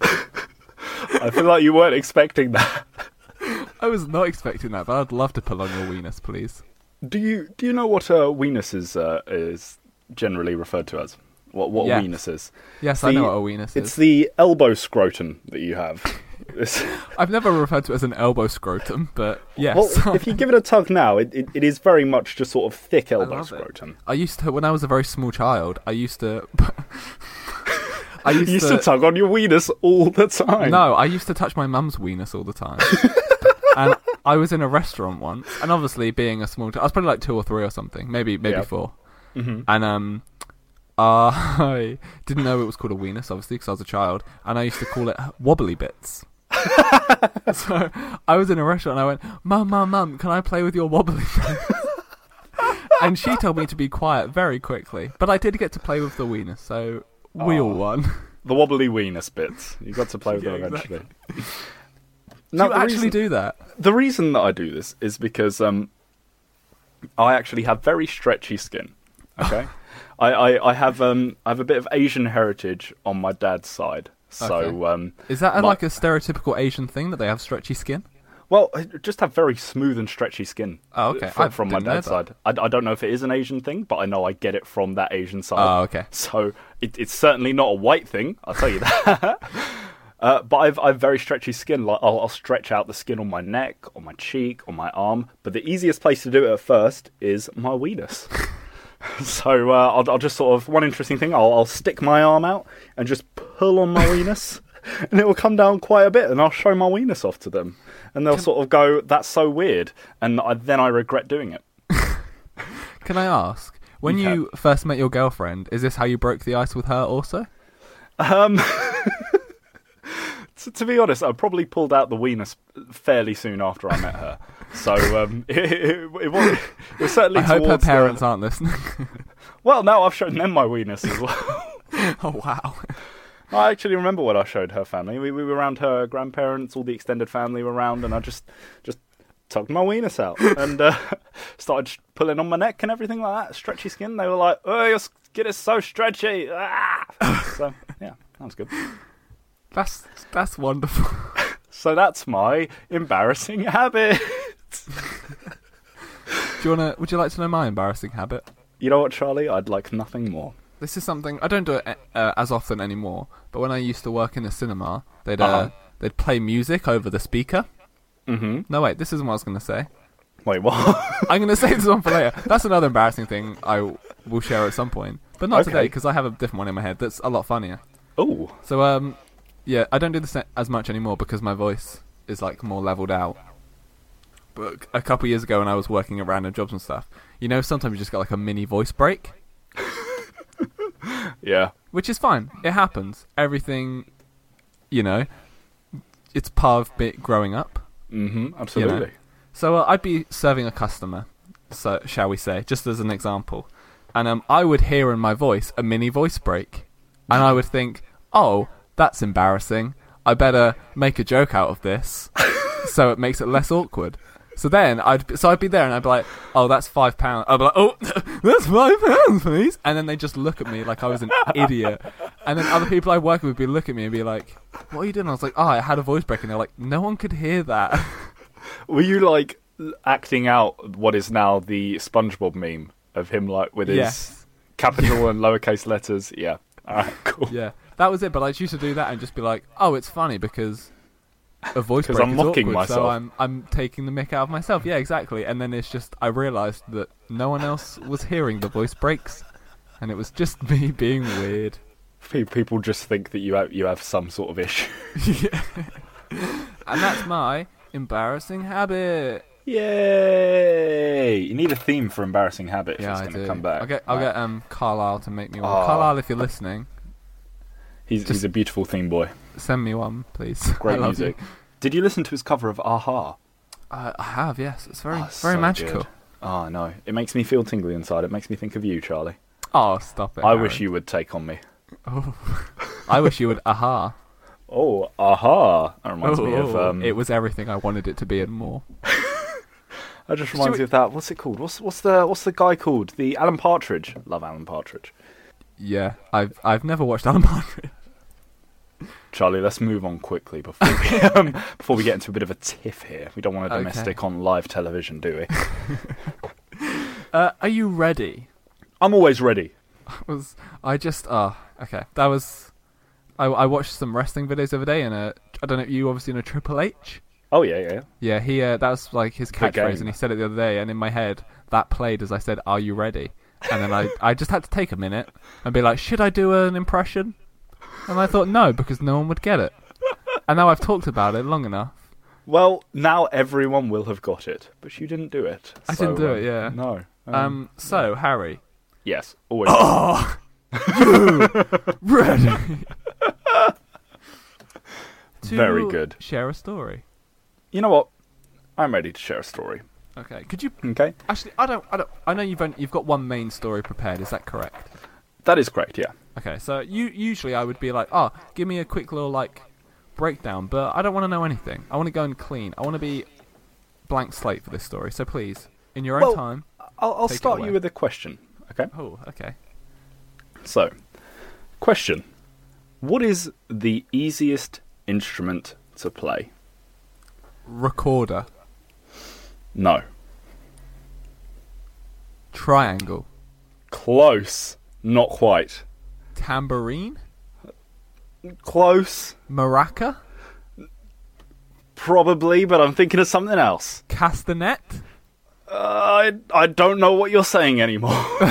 [SPEAKER 2] I feel like you weren't expecting that.
[SPEAKER 1] I was not expecting that, but I'd love to pull on your weenus, please.
[SPEAKER 2] Do you do you know what a weenus is uh, is generally referred to as? What what
[SPEAKER 1] Yes.
[SPEAKER 2] a weenus is?
[SPEAKER 1] Yes, I
[SPEAKER 2] The-
[SPEAKER 1] know what a weenus
[SPEAKER 2] It's
[SPEAKER 1] is.
[SPEAKER 2] the elbow scrotum that you have. It's-
[SPEAKER 1] I've never referred to it as an elbow scrotum, but yes.
[SPEAKER 2] Well, if you give it a tug now, it, it, it is very much just sort of thick elbow
[SPEAKER 1] love it.
[SPEAKER 2] scrotum.
[SPEAKER 1] I used to, when I was a very small child, I used to. I
[SPEAKER 2] You used to tug on your weenus all the time.
[SPEAKER 1] No, I used to touch my mum's weenus all the time. and I was in a restaurant once, and obviously being a small, I was probably like two or three or something, maybe maybe
[SPEAKER 2] Yep.
[SPEAKER 1] 4
[SPEAKER 2] Mm-hmm.
[SPEAKER 1] And um, I didn't know it was called a weenus, obviously, because I was a child, and I used to call it wobbly bits. so I was in a restaurant, and I went, "Mum, mum, mum, can I play with your wobbly bits?" and she told me to be quiet very quickly, but I did get to play with the weenus, so we all won.
[SPEAKER 2] The wobbly weenus bits. You got to play with
[SPEAKER 1] Yeah,
[SPEAKER 2] them eventually.
[SPEAKER 1] Do
[SPEAKER 2] Now,
[SPEAKER 1] you
[SPEAKER 2] the
[SPEAKER 1] actually
[SPEAKER 2] reason,
[SPEAKER 1] do that?
[SPEAKER 2] the reason that I do this is because um, I actually have very stretchy skin. Okay, I, I, I have um, I have a bit of Asian heritage on my dad's side. So
[SPEAKER 1] Okay.
[SPEAKER 2] um,
[SPEAKER 1] Is that a,
[SPEAKER 2] my-
[SPEAKER 1] like a stereotypical Asian thing that they have stretchy skin?
[SPEAKER 2] Well, I just have very smooth and stretchy skin.
[SPEAKER 1] Oh, okay.
[SPEAKER 2] f-
[SPEAKER 1] I
[SPEAKER 2] From, my
[SPEAKER 1] didn't know
[SPEAKER 2] dad's
[SPEAKER 1] that.
[SPEAKER 2] side. I, I don't know if it is an Asian thing, but I know I get it from that Asian side.
[SPEAKER 1] Oh, okay.
[SPEAKER 2] So it, it's certainly not a white thing, I'll tell you that. Uh, but I've I've very stretchy skin. Like I'll, I'll stretch out the skin on my neck, on my cheek, on my arm. But the easiest place to do it at first is my weenus. so uh, I'll, I'll just sort of one interesting thing. I'll, I'll stick my arm out and just pull on my weenus. and it will come down quite a bit, and I'll show my weenus off to them, and they'll sort of go, "That's so weird," and I, then I regret doing it.
[SPEAKER 1] Can I ask, when
[SPEAKER 2] You
[SPEAKER 1] you first met your girlfriend, is this how you broke the ice with her also?
[SPEAKER 2] Um, to, to be honest, I probably pulled out the weenus fairly soon after I met her, so um, it, it, it, was, it was certainly.
[SPEAKER 1] I hope her
[SPEAKER 2] towards the-
[SPEAKER 1] parents aren't listening.
[SPEAKER 2] Well, no, I've shown them my weenus as well.
[SPEAKER 1] oh wow.
[SPEAKER 2] I actually remember what I showed her family. We, we were around her grandparents, all the extended family were around, and I just just tugged my weenus out and uh, started sh- pulling on my neck and everything like that. Stretchy skin. They were like, "Oh, your skin is so stretchy." Ah! so yeah, that was good.
[SPEAKER 1] That's that's wonderful.
[SPEAKER 2] So that's my embarrassing habit.
[SPEAKER 1] Do you wanna would you like to know my embarrassing habit?
[SPEAKER 2] You know what, Charlie? I'd like nothing more.
[SPEAKER 1] This is something I don't do it uh, as often anymore, but when I used to work in the cinema, they'd uh,
[SPEAKER 2] Uh-huh.
[SPEAKER 1] they'd play music over the speaker.
[SPEAKER 2] Mm-hmm.
[SPEAKER 1] No wait, this isn't what I was going to say.
[SPEAKER 2] Wait, what?
[SPEAKER 1] I'm going to say this one for later. That's another embarrassing thing I w- will share at some point, but not
[SPEAKER 2] Okay.
[SPEAKER 1] today because I have a different one in my head that's a lot funnier.
[SPEAKER 2] oh,
[SPEAKER 1] So um, yeah, I don't do this as much anymore because my voice is like more leveled out. But a couple years ago, when I was working at random jobs and stuff, you know, sometimes you just get like a mini voice break,
[SPEAKER 2] yeah.
[SPEAKER 1] which is fine. It happens. Everything, you know, it's part of bit growing up.
[SPEAKER 2] Mm-hmm. Absolutely.
[SPEAKER 1] So uh, I'd be serving a customer, so shall we say, just as an example, and um, I would hear in my voice a mini voice break, and I would think, "Oh, that's embarrassing. I better make a joke out of this, so it makes it less awkward." So then I'd be- so I'd be there and I'd be like, "Oh, that's five pounds." I'd be like, "Oh, that's five pounds, please," and then they just look at me like I was an idiot, and then other people I work with would be look at me and be like, "What are you doing?" I was like, "Oh, I had a voice break," and they're like, "No one could hear that."
[SPEAKER 2] Were you like acting out what is now the SpongeBob meme of him like with his
[SPEAKER 1] Yes.
[SPEAKER 2] capital and lowercase letters? Yeah. All right, cool.
[SPEAKER 1] Yeah, that was it. But I used to do that and just be like, "Oh, it's funny because a voice
[SPEAKER 2] 'Cause
[SPEAKER 1] break
[SPEAKER 2] I'm
[SPEAKER 1] is
[SPEAKER 2] mocking
[SPEAKER 1] awkward, so
[SPEAKER 2] myself."
[SPEAKER 1] I'm I'm taking the mick out of myself." Yeah, exactly. And then it's just I realised that no one else was hearing the voice breaks, and it was just me being weird.
[SPEAKER 2] Pe- People just think that you have you have some sort of issue.
[SPEAKER 1] And that's my embarrassing habit.
[SPEAKER 2] Yay! You need a theme for embarrassing habit if
[SPEAKER 1] yeah,
[SPEAKER 2] it's
[SPEAKER 1] I
[SPEAKER 2] going
[SPEAKER 1] do.
[SPEAKER 2] to come back.
[SPEAKER 1] I'll get I'll
[SPEAKER 2] Right.
[SPEAKER 1] get um Carlisle to make me one.
[SPEAKER 2] Oh.
[SPEAKER 1] Carlisle, if you're listening,
[SPEAKER 2] He's he's
[SPEAKER 1] just-
[SPEAKER 2] a beautiful theme boy.
[SPEAKER 1] send me one, please. I
[SPEAKER 2] Great
[SPEAKER 1] love you.
[SPEAKER 2] music. Did you listen to his cover of Aha?
[SPEAKER 1] Uh, I have. Yes, it's very
[SPEAKER 2] Oh,
[SPEAKER 1] very
[SPEAKER 2] so
[SPEAKER 1] magical.
[SPEAKER 2] Good. Oh no, it makes me feel tingly inside. It makes me think of you, Charlie.
[SPEAKER 1] Oh, stop it!
[SPEAKER 2] I wish
[SPEAKER 1] Aaron.
[SPEAKER 2] you would take on me.
[SPEAKER 1] I wish you would. Aha.
[SPEAKER 2] Oh, aha! That reminds me of. Um,
[SPEAKER 1] Oh, it was everything I wanted it to be and more.
[SPEAKER 2] That just
[SPEAKER 1] you-
[SPEAKER 2] reminds me of that. What's it called? What's what's the what's the guy called? The Alan Partridge. Love Alan Partridge.
[SPEAKER 1] Yeah, I've I've never watched Alan Partridge.
[SPEAKER 2] Charlie, let's move on quickly before we, um, before we get into a bit of a tiff here. We don't want a
[SPEAKER 1] Okay.
[SPEAKER 2] domestic on live television, do we?
[SPEAKER 1] Uh, are you ready?
[SPEAKER 2] I'm always ready.
[SPEAKER 1] Was I just? Ah, okay. That was. I, I watched some wrestling videos the other day, and uh, I don't know. You obviously know Triple H.
[SPEAKER 2] Oh yeah, yeah. yeah.
[SPEAKER 1] Yeah, he. Uh, that was like his catchphrase,
[SPEAKER 2] game.
[SPEAKER 1] and he said it the other day. And in my head, that played as I said, "Are you ready?" And then I I just had to take a minute and be like, "Should I do an impression?" And I thought no, because no one would get it. And now I've talked about it long enough.
[SPEAKER 2] Well, now everyone will have got it, but you didn't do it.
[SPEAKER 1] I didn't do
[SPEAKER 2] um,
[SPEAKER 1] it, yeah.
[SPEAKER 2] No. Um,
[SPEAKER 1] Um. So Harry,
[SPEAKER 2] yes. Always.
[SPEAKER 1] Oh, you ready? to
[SPEAKER 2] Very good.
[SPEAKER 1] Share a story.
[SPEAKER 2] You know what? I'm ready to share a story.
[SPEAKER 1] Okay. Could you
[SPEAKER 2] Okay.
[SPEAKER 1] actually? I don't. I don't. I know you've only, you've got one main story prepared. Is that correct?
[SPEAKER 2] That is correct. Yeah.
[SPEAKER 1] Okay. So you usually I would be like, oh, give me a quick little like breakdown, but I don't want to know anything. I want to go and clean. I want to be blank slate for this story. So please, in your own
[SPEAKER 2] Well-
[SPEAKER 1] time.
[SPEAKER 2] I'll, I'll
[SPEAKER 1] Take it
[SPEAKER 2] start
[SPEAKER 1] away.
[SPEAKER 2] you with a question. Okay.
[SPEAKER 1] Oh, okay.
[SPEAKER 2] So, question What is the easiest instrument to play?
[SPEAKER 1] Recorder.
[SPEAKER 2] No.
[SPEAKER 1] Triangle.
[SPEAKER 2] Close. Not quite.
[SPEAKER 1] Tambourine.
[SPEAKER 2] Close.
[SPEAKER 1] Maraca.
[SPEAKER 2] Probably, but I'm thinking of something else.
[SPEAKER 1] Castanet.
[SPEAKER 2] Uh, I, I don't know what you're saying anymore.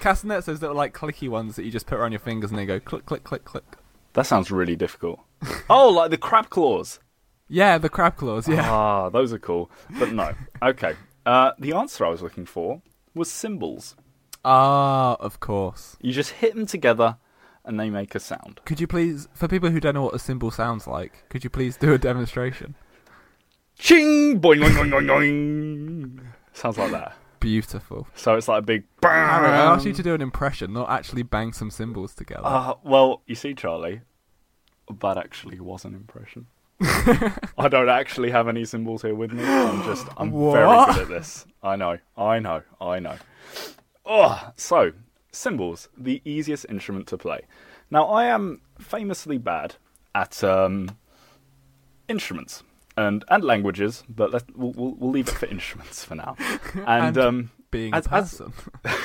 [SPEAKER 1] Castanets, those little like clicky ones that you just put around your fingers and they go click, click, click, click.
[SPEAKER 2] that sounds really difficult. oh, like the crab claws.
[SPEAKER 1] Yeah, the crab claws. Yeah.
[SPEAKER 2] Ah, those are cool. But no. Okay. Uh, the answer I was looking for was symbols.
[SPEAKER 1] Ah, of course.
[SPEAKER 2] You just hit them together and they make a sound.
[SPEAKER 1] Could you please, for people who don't know what a cymbal sounds like, could you please do a demonstration?
[SPEAKER 2] Ching! Boing, boing, boing, boing, boing. Sounds like that.
[SPEAKER 1] Beautiful.
[SPEAKER 2] So it's like a big
[SPEAKER 1] Harry, I asked
[SPEAKER 2] bang.
[SPEAKER 1] you to do an impression, not actually bang some cymbals together.
[SPEAKER 2] Um, Uh, well, you see, Charlie, that actually was an impression. I don't actually have any symbols here with me. I'm just, I'm very
[SPEAKER 1] What?
[SPEAKER 2] good at this. I know, I know, I know. Oh, so, cymbals, the easiest instrument to play. Now, I am famously bad at um, instruments and, and languages, but let, we'll, we'll, we'll leave it for instruments for now. And,
[SPEAKER 1] And
[SPEAKER 2] um,
[SPEAKER 1] Being
[SPEAKER 2] as-
[SPEAKER 1] a
[SPEAKER 2] as-
[SPEAKER 1] person.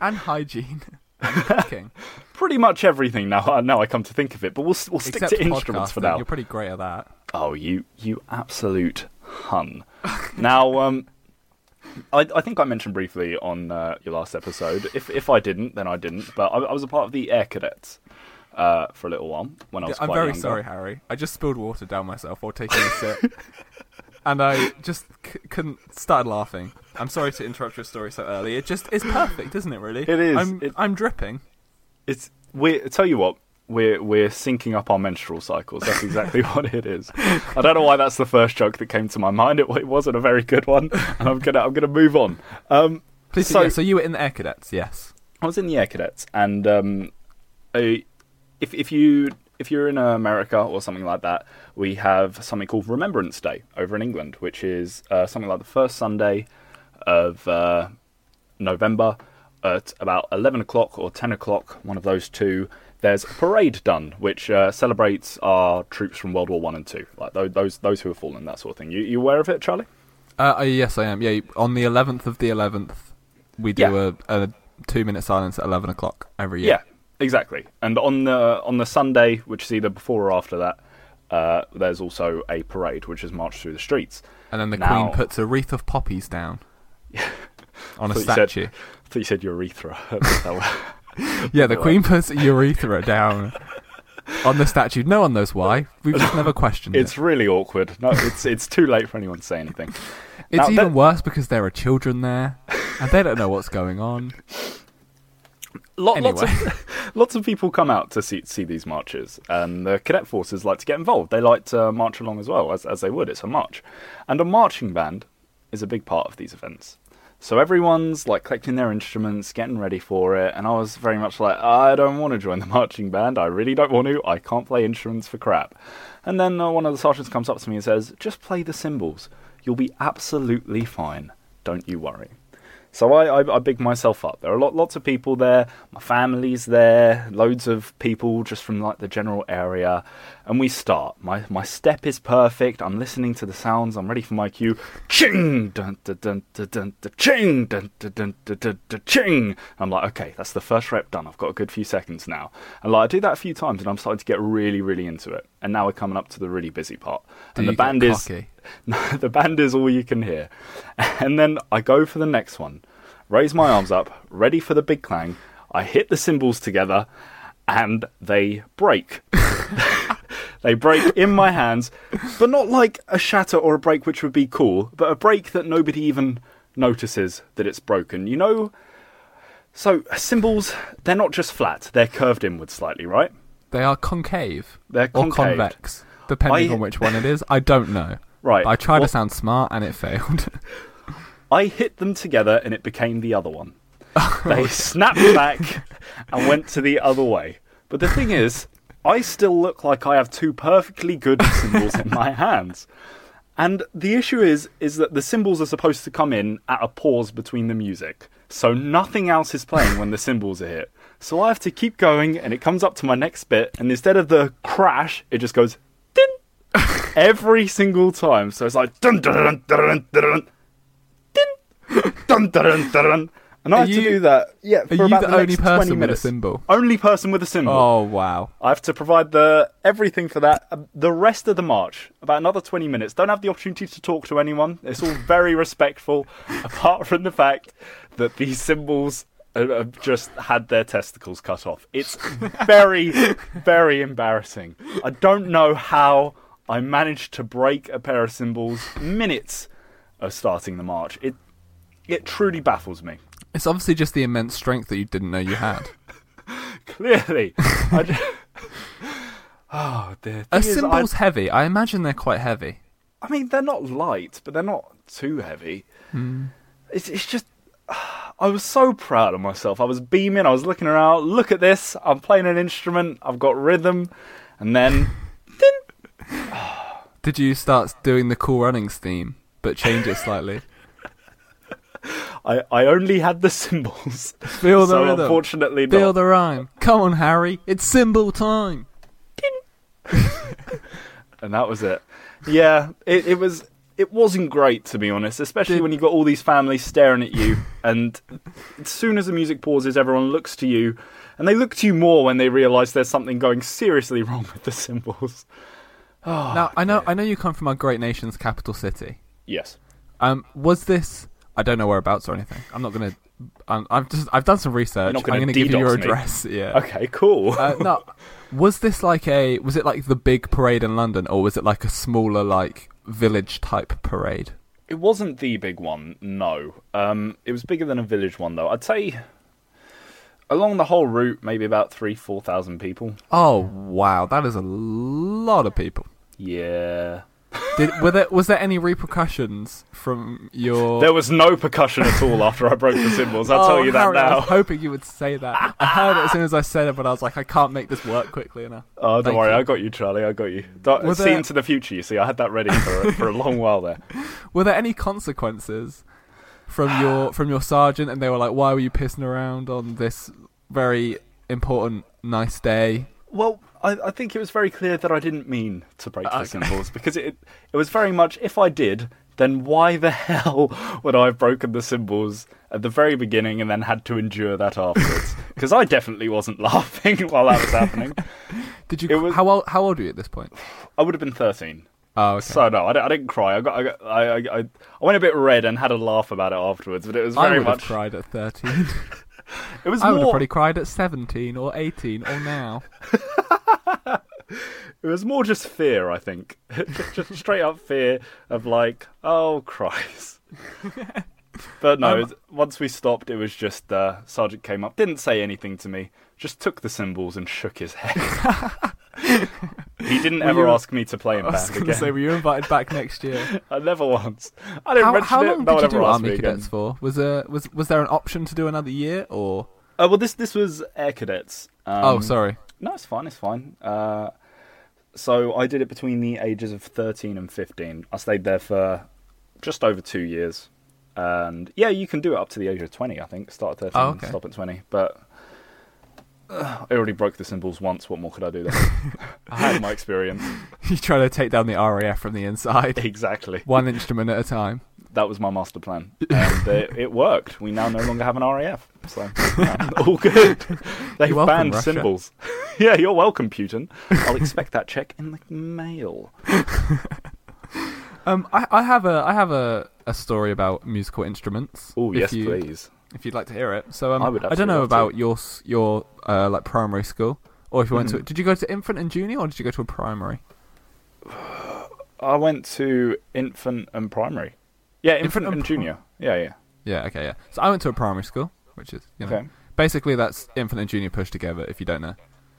[SPEAKER 1] and hygiene. And cooking.
[SPEAKER 2] pretty much everything now. Now I come to think of it, but we'll we'll stick
[SPEAKER 1] Except
[SPEAKER 2] to instruments for
[SPEAKER 1] podcasting,
[SPEAKER 2] now.
[SPEAKER 1] You're pretty great at that.
[SPEAKER 2] Oh, you you absolute hun. now, um, I, I think I mentioned briefly on uh, your last episode. If if I didn't, then I didn't. But I, I was a part of the air cadets uh, for a little while when I was.
[SPEAKER 1] I'm
[SPEAKER 2] quite
[SPEAKER 1] very
[SPEAKER 2] younger.
[SPEAKER 1] sorry, Harry. I just spilled water down myself while taking a sip. And I just c- couldn't start laughing. I'm sorry to interrupt your story so early. It just is perfect, isn't it? Really,
[SPEAKER 2] It is.
[SPEAKER 1] I'm,
[SPEAKER 2] It-
[SPEAKER 1] I'm dripping.
[SPEAKER 2] It's we tell you what. We're, we're syncing up our menstrual cycles. That's exactly what it is. I don't know why that's the first joke that came to my mind. It, it wasn't a very good one, and I'm gonna I'm gonna move on. Um,
[SPEAKER 1] Please,
[SPEAKER 2] So-
[SPEAKER 1] so, yeah, so you were in the air cadets, yes?
[SPEAKER 2] I was in the air cadets, and um, I, if if you if you're in America or something like that, we have something called Remembrance Day over in England, which is uh, something like the first Sunday of uh, November at about eleven o'clock or ten o'clock, one of those two. There's a parade done, which uh, celebrates our troops from World War One and Two, like tho- those those who have fallen, that sort of thing. You you aware of it, Charlie?
[SPEAKER 1] Uh, uh, yes, I am. Yeah, on the 11th of the 11th, we do
[SPEAKER 2] Yeah.
[SPEAKER 1] a, a two-minute silence at 11 o'clock every
[SPEAKER 2] Yeah,
[SPEAKER 1] year.
[SPEAKER 2] exactly. And on the on the Sunday, which is either before or after that, uh, there's also a parade which is marched through the streets.
[SPEAKER 1] And then the
[SPEAKER 2] Now-
[SPEAKER 1] Queen puts a wreath of poppies down on a
[SPEAKER 2] Thought you said-
[SPEAKER 1] statue.
[SPEAKER 2] I thought you said urethra.
[SPEAKER 1] Yeah, the Queen puts a urethra down on the statue. No one knows why. We've just never questioned
[SPEAKER 2] it's
[SPEAKER 1] it.
[SPEAKER 2] really awkward. No, it's it's too late for anyone to say anything.
[SPEAKER 1] It's
[SPEAKER 2] now
[SPEAKER 1] even
[SPEAKER 2] that-
[SPEAKER 1] worse because there are children there and they don't know what's going on.
[SPEAKER 2] Lot, Lots
[SPEAKER 1] Anyway.
[SPEAKER 2] of lots of people come out to see see these marches, and the cadet forces like to get involved. They like to march along as well as as they would. It's a march, and a marching band is a big part of these events. So everyone's like collecting their instruments, getting ready for it, and I was very much like, I don't want to join the marching band. I really don't want to. I can't play instruments for crap. And then uh, one of the sergeants comes up to me and says, "Just play the cymbals. You'll be absolutely fine. Don't you worry." So I, I, I big myself up. There are lot, lots of people there. My family's there. Loads of people just from like the general area, and we start. My my step is perfect. I'm listening to the sounds. I'm ready for my cue. Ching dun dun dun dun dun dun, ching dun dun dun dun dun dun, ching. I'm like, okay, that's the first rep done. I've got a good few seconds now. And like I do that a few times, and I'm starting to get really really into it. And now we're coming up to the really busy part.
[SPEAKER 1] Do
[SPEAKER 2] and
[SPEAKER 1] you
[SPEAKER 2] the band
[SPEAKER 1] get
[SPEAKER 2] is
[SPEAKER 1] cocky?
[SPEAKER 2] no, the band is all you can hear. And then I go for the next one, raise my arms up, ready for the big clang. I hit the cymbals together, and they break. they break in my hands, but not like a shatter or a break, which would be cool, but a break that nobody even notices that it's broken. You know, so cymbals, they're not just flat, they're curved inward slightly, right?
[SPEAKER 1] They are concave
[SPEAKER 2] They're
[SPEAKER 1] or
[SPEAKER 2] concaved.
[SPEAKER 1] convex, depending
[SPEAKER 2] I-
[SPEAKER 1] on which one it is. I don't know.
[SPEAKER 2] Right.
[SPEAKER 1] I tried
[SPEAKER 2] Well-
[SPEAKER 1] to sound smart and it failed.
[SPEAKER 2] I hit them together and it became the other one. They snapped back and went to the other way. But the thing is, I still look like I have two perfectly good symbols in my hands. And the issue is is that the symbols are supposed to come in at a pause between the music. So nothing else is playing when the symbols are hit. So I have to keep going and it comes up to my next bit and instead of the crash, it just goes din every single time. So it's like dun dun dun dun dun dun dun dun dun dun dun. And I
[SPEAKER 1] Are
[SPEAKER 2] have to
[SPEAKER 1] you-
[SPEAKER 2] do that. Yeah, for
[SPEAKER 1] Are you
[SPEAKER 2] about
[SPEAKER 1] the,
[SPEAKER 2] the
[SPEAKER 1] only
[SPEAKER 2] next
[SPEAKER 1] person
[SPEAKER 2] 20
[SPEAKER 1] with a
[SPEAKER 2] minutes.
[SPEAKER 1] symbol?
[SPEAKER 2] Only person with a symbol.
[SPEAKER 1] Oh wow!
[SPEAKER 2] I have to provide the everything for that. Um, The rest of the march, about another 20 minutes, don't have the opportunity to talk to anyone. It's all very respectful, apart from the fact that these symbols and have just had their testicles cut off. It's very, very embarrassing. I don't know how I managed to break a pair of cymbals minutes of starting the march. It it truly baffles me.
[SPEAKER 1] It's obviously just the immense strength that you didn't know you had.
[SPEAKER 2] Clearly, I just, oh dear.
[SPEAKER 1] Are
[SPEAKER 2] Thing is, I-
[SPEAKER 1] cymbals heavy? I imagine they're quite heavy.
[SPEAKER 2] I mean, they're not light, but they're not too heavy.
[SPEAKER 1] Hmm.
[SPEAKER 2] It's, it's just. I was so proud of myself. I was beaming. I was looking around. Look at this. I'm playing an instrument. I've got rhythm. And then.
[SPEAKER 1] Did you start doing the cool runnings theme, but change it slightly?
[SPEAKER 2] I, I only had the cymbals.
[SPEAKER 1] Feel the
[SPEAKER 2] so
[SPEAKER 1] rhythm.
[SPEAKER 2] unfortunately
[SPEAKER 1] Feel
[SPEAKER 2] not.
[SPEAKER 1] the rhyme. Come on, Harry. It's cymbal time.
[SPEAKER 2] and that was it. Yeah, it, it was. It wasn't great to be honest, especially
[SPEAKER 1] Did-
[SPEAKER 2] when you got all these families staring at you, and as soon as the music pauses, everyone looks to you, and they look to you more when they realise there's something going seriously wrong with the cymbals. Oh,
[SPEAKER 1] now I know I know you come from our great nation's capital city.
[SPEAKER 2] Yes.
[SPEAKER 1] Um, was this? I don't know whereabouts or anything. I'm not gonna. I'm, I'm just. I've done some research.
[SPEAKER 2] not gonna
[SPEAKER 1] I'm gonna give you your
[SPEAKER 2] DDoS me.
[SPEAKER 1] address. Yeah.
[SPEAKER 2] Okay. Cool.
[SPEAKER 1] Uh, no. Was this like a? Was it like the big parade in London, or was it like a smaller like village type parade?
[SPEAKER 2] it wasn't the big one. No. Um, it was bigger than a village one though. I'd say along the whole route, maybe about three, four thousand people.
[SPEAKER 1] Oh wow, that is a lot of people.
[SPEAKER 2] Yeah.
[SPEAKER 1] Did were there was there any repercussions from your?
[SPEAKER 2] There was no percussion at all after I broke the cymbals. I'll
[SPEAKER 1] Oh,
[SPEAKER 2] tell you that
[SPEAKER 1] Harry, I
[SPEAKER 2] now.
[SPEAKER 1] was hoping you would say that. I heard it as soon as I said it, but I was like, I can't make this work quickly enough.
[SPEAKER 2] Oh, don't
[SPEAKER 1] Thank
[SPEAKER 2] worry,
[SPEAKER 1] you.
[SPEAKER 2] I got you, Charlie. I got you. Don't,
[SPEAKER 1] Were
[SPEAKER 2] see
[SPEAKER 1] there-
[SPEAKER 2] into the future. You see, I had that ready for for a long while there.
[SPEAKER 1] Were there any consequences from your from your sergeant? And they were like, "Why were you pissing around on this very important nice day?"
[SPEAKER 2] Well, I, I think it was very clear that I didn't mean to break the
[SPEAKER 1] Okay.
[SPEAKER 2] cymbals because it it was very much if I did, then why the hell would I have broken the cymbals at the very beginning and then had to endure that afterwards? Because I definitely wasn't laughing while that was happening.
[SPEAKER 1] Did
[SPEAKER 2] It
[SPEAKER 1] you?
[SPEAKER 2] was-
[SPEAKER 1] How old? How old are you at this point?
[SPEAKER 2] I would have been thirteen.
[SPEAKER 1] Oh, okay.
[SPEAKER 2] So no, I, d- I didn't cry. I got, I, got I, I I I went a bit red and had a laugh about it afterwards. But it was
[SPEAKER 1] I
[SPEAKER 2] very
[SPEAKER 1] would have
[SPEAKER 2] much.
[SPEAKER 1] cried at thirteen.
[SPEAKER 2] It was
[SPEAKER 1] I would have
[SPEAKER 2] more.
[SPEAKER 1] probably cried at seventeen or eighteen or now.
[SPEAKER 2] It was more just fear, I think. just straight up fear of like, oh Christ. but no,
[SPEAKER 1] Um,
[SPEAKER 2] it- once we stopped, it was just uh, Sergeant came up, didn't say anything to me, just took the cymbals and shook his head. he didn't
[SPEAKER 1] Were
[SPEAKER 2] ever
[SPEAKER 1] you-
[SPEAKER 2] ask me to play
[SPEAKER 1] I
[SPEAKER 2] him
[SPEAKER 1] was
[SPEAKER 2] back
[SPEAKER 1] going to
[SPEAKER 2] again.
[SPEAKER 1] say, were you invited back next year?
[SPEAKER 2] I never once. I didn't
[SPEAKER 1] How,
[SPEAKER 2] mention
[SPEAKER 1] how
[SPEAKER 2] it.
[SPEAKER 1] long
[SPEAKER 2] no
[SPEAKER 1] did
[SPEAKER 2] one
[SPEAKER 1] you
[SPEAKER 2] ever
[SPEAKER 1] do
[SPEAKER 2] asked
[SPEAKER 1] army
[SPEAKER 2] me again.
[SPEAKER 1] cadets for? Was there was was there an option to do another year or?
[SPEAKER 2] Uh, well, this this was air cadets. Um,
[SPEAKER 1] oh, sorry.
[SPEAKER 2] No, it's fine. It's fine. Uh, so I did it between the ages of 13 and 15. I stayed there for just over two years. And yeah, you can do it up to the age of 20, I think. Start at 13,
[SPEAKER 1] Oh, okay.
[SPEAKER 2] stop at 20. But uh, I already broke the symbols once. What more could I do then? I had my experience.
[SPEAKER 1] you try to take down the RAF from the inside,
[SPEAKER 2] Exactly.
[SPEAKER 1] one instrument at a time.
[SPEAKER 2] That was my master plan. And uh, it, it worked. We now no longer have an RAF. So yeah, all good. They've
[SPEAKER 1] You're welcome,
[SPEAKER 2] banned
[SPEAKER 1] Russia.
[SPEAKER 2] symbols. yeah, you're welcome, Putin. I'll expect that check in the mail.
[SPEAKER 1] Um, I, I have a I have a, a story about musical instruments.
[SPEAKER 2] Oh
[SPEAKER 1] if
[SPEAKER 2] yes,
[SPEAKER 1] you,
[SPEAKER 2] please.
[SPEAKER 1] If you'd like to hear it, so um,
[SPEAKER 2] I would
[SPEAKER 1] don't
[SPEAKER 2] absolutely
[SPEAKER 1] know
[SPEAKER 2] love to.
[SPEAKER 1] about your s- your uh, like primary school, or if you went to
[SPEAKER 2] Mhm.
[SPEAKER 1] did you go to infant and junior, or did you go to a primary?
[SPEAKER 2] I went to infant and primary. Yeah,
[SPEAKER 1] Infant
[SPEAKER 2] infant,
[SPEAKER 1] and
[SPEAKER 2] and
[SPEAKER 1] pri-
[SPEAKER 2] junior. Yeah, yeah.
[SPEAKER 1] Yeah, okay, yeah. So I went to a primary school, which is you know
[SPEAKER 2] Okay.
[SPEAKER 1] basically that's infant and junior pushed together. If you don't know,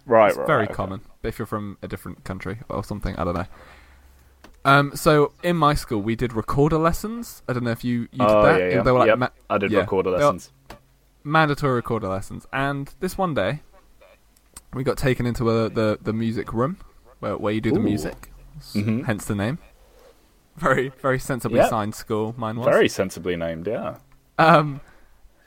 [SPEAKER 2] Right,
[SPEAKER 1] it's
[SPEAKER 2] right.
[SPEAKER 1] very
[SPEAKER 2] right, okay.
[SPEAKER 1] common. But if you're from a different country or something, I don't know. Um, so in my school we did recorder lessons. I don't know if you you did
[SPEAKER 2] Oh,
[SPEAKER 1] that.
[SPEAKER 2] yeah, yeah.
[SPEAKER 1] They were like
[SPEAKER 2] Yep,
[SPEAKER 1] ma-
[SPEAKER 2] I did
[SPEAKER 1] yeah.
[SPEAKER 2] recorder
[SPEAKER 1] They were-
[SPEAKER 2] lessons.
[SPEAKER 1] mandatory recorder lessons. And this one day, we got taken into a, the the music room where where you do the
[SPEAKER 2] Ooh.
[SPEAKER 1] music, S-
[SPEAKER 2] Mhm.
[SPEAKER 1] hence the name. Very very sensibly
[SPEAKER 2] Yep.
[SPEAKER 1] signed school mine was.
[SPEAKER 2] Very sensibly named. Yeah.
[SPEAKER 1] Um,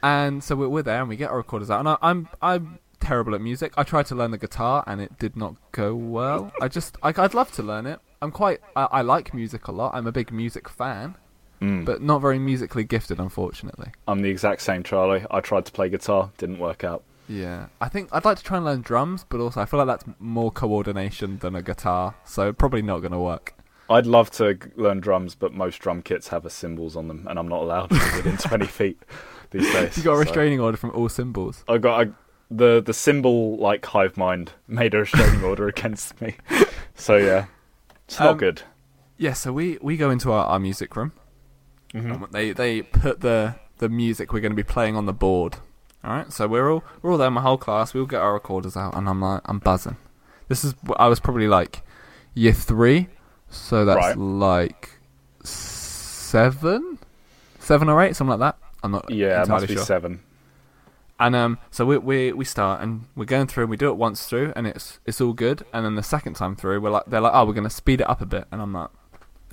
[SPEAKER 1] and so we're, we're there and we get our recorders out. And I, I'm I'm terrible at music. I tried to learn the guitar and it did not go well. I just I, I'd love to learn it. I'm quite I, I like music a lot. I'm a big music fan,
[SPEAKER 2] Mm.
[SPEAKER 1] but not very musically gifted, unfortunately.
[SPEAKER 2] I'm the exact same, Charlie. I tried to play guitar, didn't work out.
[SPEAKER 1] Yeah, I think I'd like to try and learn drums, but also I feel like that's more coordination than a guitar, so probably not going to work.
[SPEAKER 2] I'd love to g- learn drums, but most drum kits have a cymbals on them, and I'm not allowed within 20 feet. these days.
[SPEAKER 1] You got a
[SPEAKER 2] so-
[SPEAKER 1] restraining order from all symbols.
[SPEAKER 2] I got I, the the symbol like hive mind made a restraining order against me. So yeah, it's not
[SPEAKER 1] Um,
[SPEAKER 2] good.
[SPEAKER 1] Yeah, so we, we go into our, our music room.
[SPEAKER 2] Mhm.
[SPEAKER 1] Um, they they put the the music we're going to be playing on the board. All right, so we're all we're all there. My whole class, we all get our recorders out, and I'm like, I'm buzzing. This is I was probably like year three, so that's
[SPEAKER 2] Right.
[SPEAKER 1] like seven, seven or eight, something like that. I'm not
[SPEAKER 2] Yeah, it
[SPEAKER 1] entirely
[SPEAKER 2] must be
[SPEAKER 1] sure.
[SPEAKER 2] seven.
[SPEAKER 1] And um, so we we we start and we're going through and we do it once through and it's it's all good. And then the second time through, we're like they're like, oh, we're gonna speed it up a bit. And I'm like,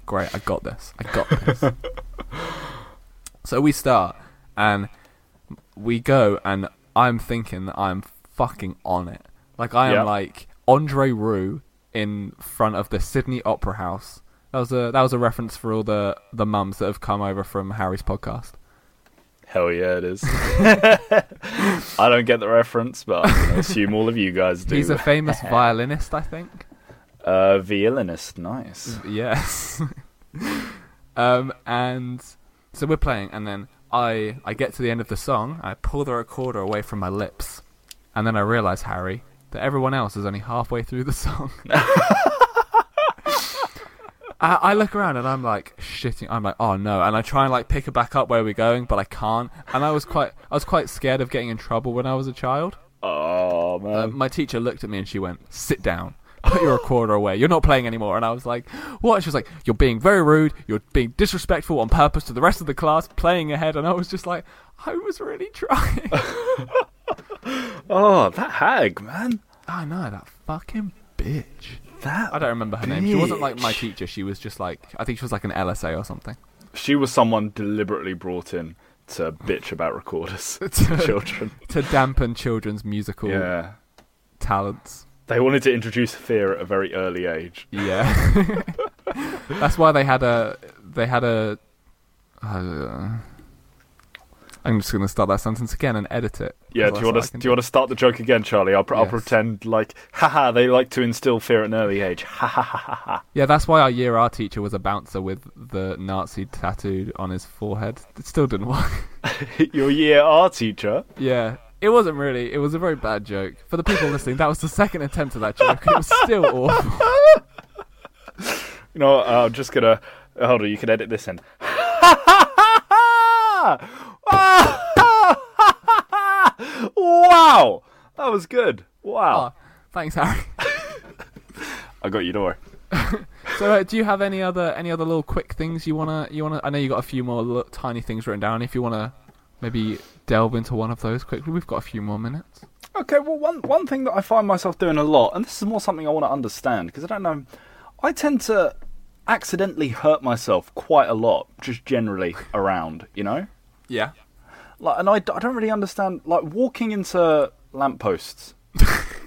[SPEAKER 1] great, I got this, I got this. so we start and we go and I'm thinking that I'm fucking on it. Like I am
[SPEAKER 2] Yeah.
[SPEAKER 1] like Andre Roux in front of the Sydney Opera House. That was a that was a reference for all the the mums that have come over from Harry's podcast.
[SPEAKER 2] Hell yeah, it is. I don't get the reference, but I can assume all of you guys do.
[SPEAKER 1] He's a famous violinist, I think.
[SPEAKER 2] uh, violinist,
[SPEAKER 1] Mm.
[SPEAKER 2] nice.
[SPEAKER 1] Yes. um, and so we're playing, and then I I get to the end of the song, I pull the recorder away from my lips, and then I realise, Harry, that everyone else is only halfway through the song. I, I look around and I'm like shitting. I'm like, oh no! And I try and like pick it back up where we're going, but I can't. And I was quite, I was quite scared of getting in trouble when I was a child.
[SPEAKER 2] Oh
[SPEAKER 1] Uh,
[SPEAKER 2] man,
[SPEAKER 1] my teacher looked at me and she went, "Sit down. Put your recorder away. You're not playing anymore." And I was like, "What?" She was like, "You're being very rude. You're being disrespectful on purpose to the rest of the class, playing ahead." And I was just like, "I was really trying."
[SPEAKER 2] oh that hag, man,
[SPEAKER 1] I know that fucking bitch.
[SPEAKER 2] that
[SPEAKER 1] I don't remember her name. She wasn't like my teacher. She was just like I think she was like an LSA or something.
[SPEAKER 2] she was someone deliberately brought in to bitch about recorders,
[SPEAKER 1] To-
[SPEAKER 2] children.
[SPEAKER 1] to dampen children's musical
[SPEAKER 2] Yeah,
[SPEAKER 1] talents.
[SPEAKER 2] they wanted to introduce fear at a very early age.
[SPEAKER 1] Yeah. That's why they had a they had a. Uh, I'm just gonna start that sentence again and edit it.
[SPEAKER 2] Yeah,
[SPEAKER 1] 'cause
[SPEAKER 2] do you
[SPEAKER 1] Oh, that's
[SPEAKER 2] want
[SPEAKER 1] what I
[SPEAKER 2] to
[SPEAKER 1] can
[SPEAKER 2] do you want to start the joke again, Charlie? I'll, pr- I'll
[SPEAKER 1] Yes.
[SPEAKER 2] pretend like, haha, they like to instill fear at an early age. Ha ha ha ha ha.
[SPEAKER 1] Yeah, that's why our year R teacher was a bouncer with the Nazi tattooed on his forehead. It still didn't work.
[SPEAKER 2] Your year R teacher.
[SPEAKER 1] yeah, it wasn't really. It was a very bad joke for the people listening. That was the second attempt at that joke. It was still awful.
[SPEAKER 2] You know, what, I'm just gonna uh, hold on. You can edit this in. wow, that was good. Wow,
[SPEAKER 1] Oh, thanks, Harry. Ah.
[SPEAKER 2] I got you. Don't worry.
[SPEAKER 1] So, uh, do you have any other any other little quick things you wanna you wanna? I know you got a few more little, tiny things written down. If you wanna maybe delve into one of those quickly, we've got a few more minutes.
[SPEAKER 2] Okay, well, one one thing that I find myself doing a lot, and this is more something I want to understand because I don't know, I tend to accidentally hurt myself quite a lot, just generally around, you know.
[SPEAKER 1] Yeah.
[SPEAKER 2] Like, and I, d- I don't really understand like walking into lampposts.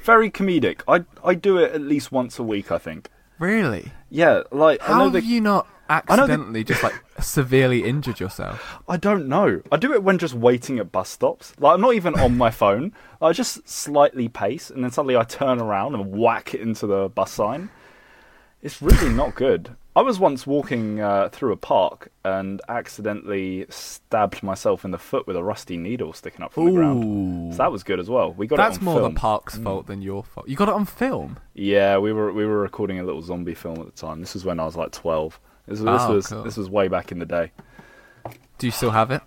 [SPEAKER 2] Very comedic. I I do it at least once a week, I think.
[SPEAKER 1] Really?
[SPEAKER 2] Yeah, like I
[SPEAKER 1] How
[SPEAKER 2] know
[SPEAKER 1] have
[SPEAKER 2] the,
[SPEAKER 1] you not
[SPEAKER 2] know the-
[SPEAKER 1] accidentally just like severely injured yourself?
[SPEAKER 2] I don't know. I do it when just waiting at bus stops. Like I'm not even on my phone. I just slightly pace, and then suddenly I turn around and whack it into the bus sign. It's really not good. I was once walking uh, through a park and accidentally stabbed myself in the foot with a rusty needle sticking up from the ground.
[SPEAKER 1] Ooh.
[SPEAKER 2] So that was good as well. We got
[SPEAKER 1] That's
[SPEAKER 2] it on
[SPEAKER 1] more
[SPEAKER 2] film. Mm.
[SPEAKER 1] the park's fault than your fault. You got it on film.
[SPEAKER 2] Yeah, we were we were recording a little zombie film at the time. This was when I was like twelve. This, was-
[SPEAKER 1] Oh,
[SPEAKER 2] this was
[SPEAKER 1] cool.
[SPEAKER 2] this was way back in the day.
[SPEAKER 1] Do you still have it?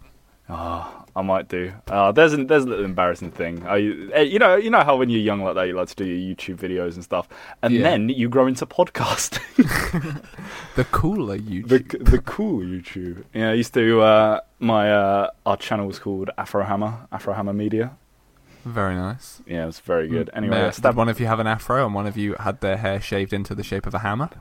[SPEAKER 2] Ah, I might do. Uh, there's a, there's a little embarrassing thing. I, eh, you know, you know how when you're young like that, you like to do your YouTube videos and stuff, and
[SPEAKER 1] Yeah.
[SPEAKER 2] then you grow into podcasting,
[SPEAKER 1] The cooler you.
[SPEAKER 2] the the cool YouTube. Yeah, I used to. Uh, my uh, our channel was called Afro Hammer, Afro Hammer Media.
[SPEAKER 1] Very nice.
[SPEAKER 2] Yeah, it was very good. Anyway,
[SPEAKER 1] May I-
[SPEAKER 2] I stabbed
[SPEAKER 1] did one of you have an afro and one of you had their hair shaved into the shape of a hammer.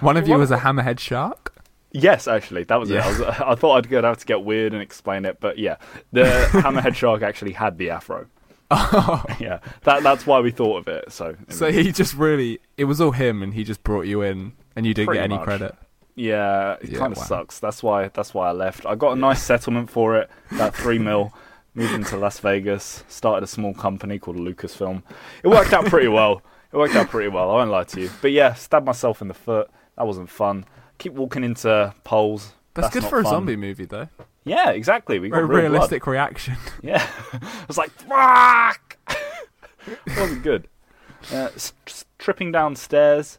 [SPEAKER 1] one of you
[SPEAKER 2] One-
[SPEAKER 1] was a hammerhead shark.
[SPEAKER 2] Yes, actually, that was
[SPEAKER 1] Yeah.
[SPEAKER 2] it. I, was, I thought I'd gonna have to get weird and explain it, but yeah, the hammerhead shark actually had the afro.
[SPEAKER 1] Oh,
[SPEAKER 2] yeah, that that's why we thought of it. So,
[SPEAKER 1] So he just really, it was all him, and he just brought you in, and you didn't
[SPEAKER 2] Pretty
[SPEAKER 1] get any
[SPEAKER 2] much.
[SPEAKER 1] credit.
[SPEAKER 2] yeah, it
[SPEAKER 1] Yeah,
[SPEAKER 2] kind of
[SPEAKER 1] wow.
[SPEAKER 2] sucks. That's why that's why I left. I got a nice settlement for it. That three mil. Moved into Las Vegas. Started a small company called Lucasfilm. It worked out pretty well. It worked out pretty well. I won't lie to you. But yeah, stabbed myself in the foot. That wasn't fun. Keep walking into poles.
[SPEAKER 1] That's, good
[SPEAKER 2] not
[SPEAKER 1] for a
[SPEAKER 2] fun.
[SPEAKER 1] zombie movie, though.
[SPEAKER 2] Yeah, exactly. We got
[SPEAKER 1] Very
[SPEAKER 2] real blood.
[SPEAKER 1] realistic reaction.
[SPEAKER 2] Yeah, I was like, "Fuck!" it wasn't good. Uh, s- s- tripping downstairs,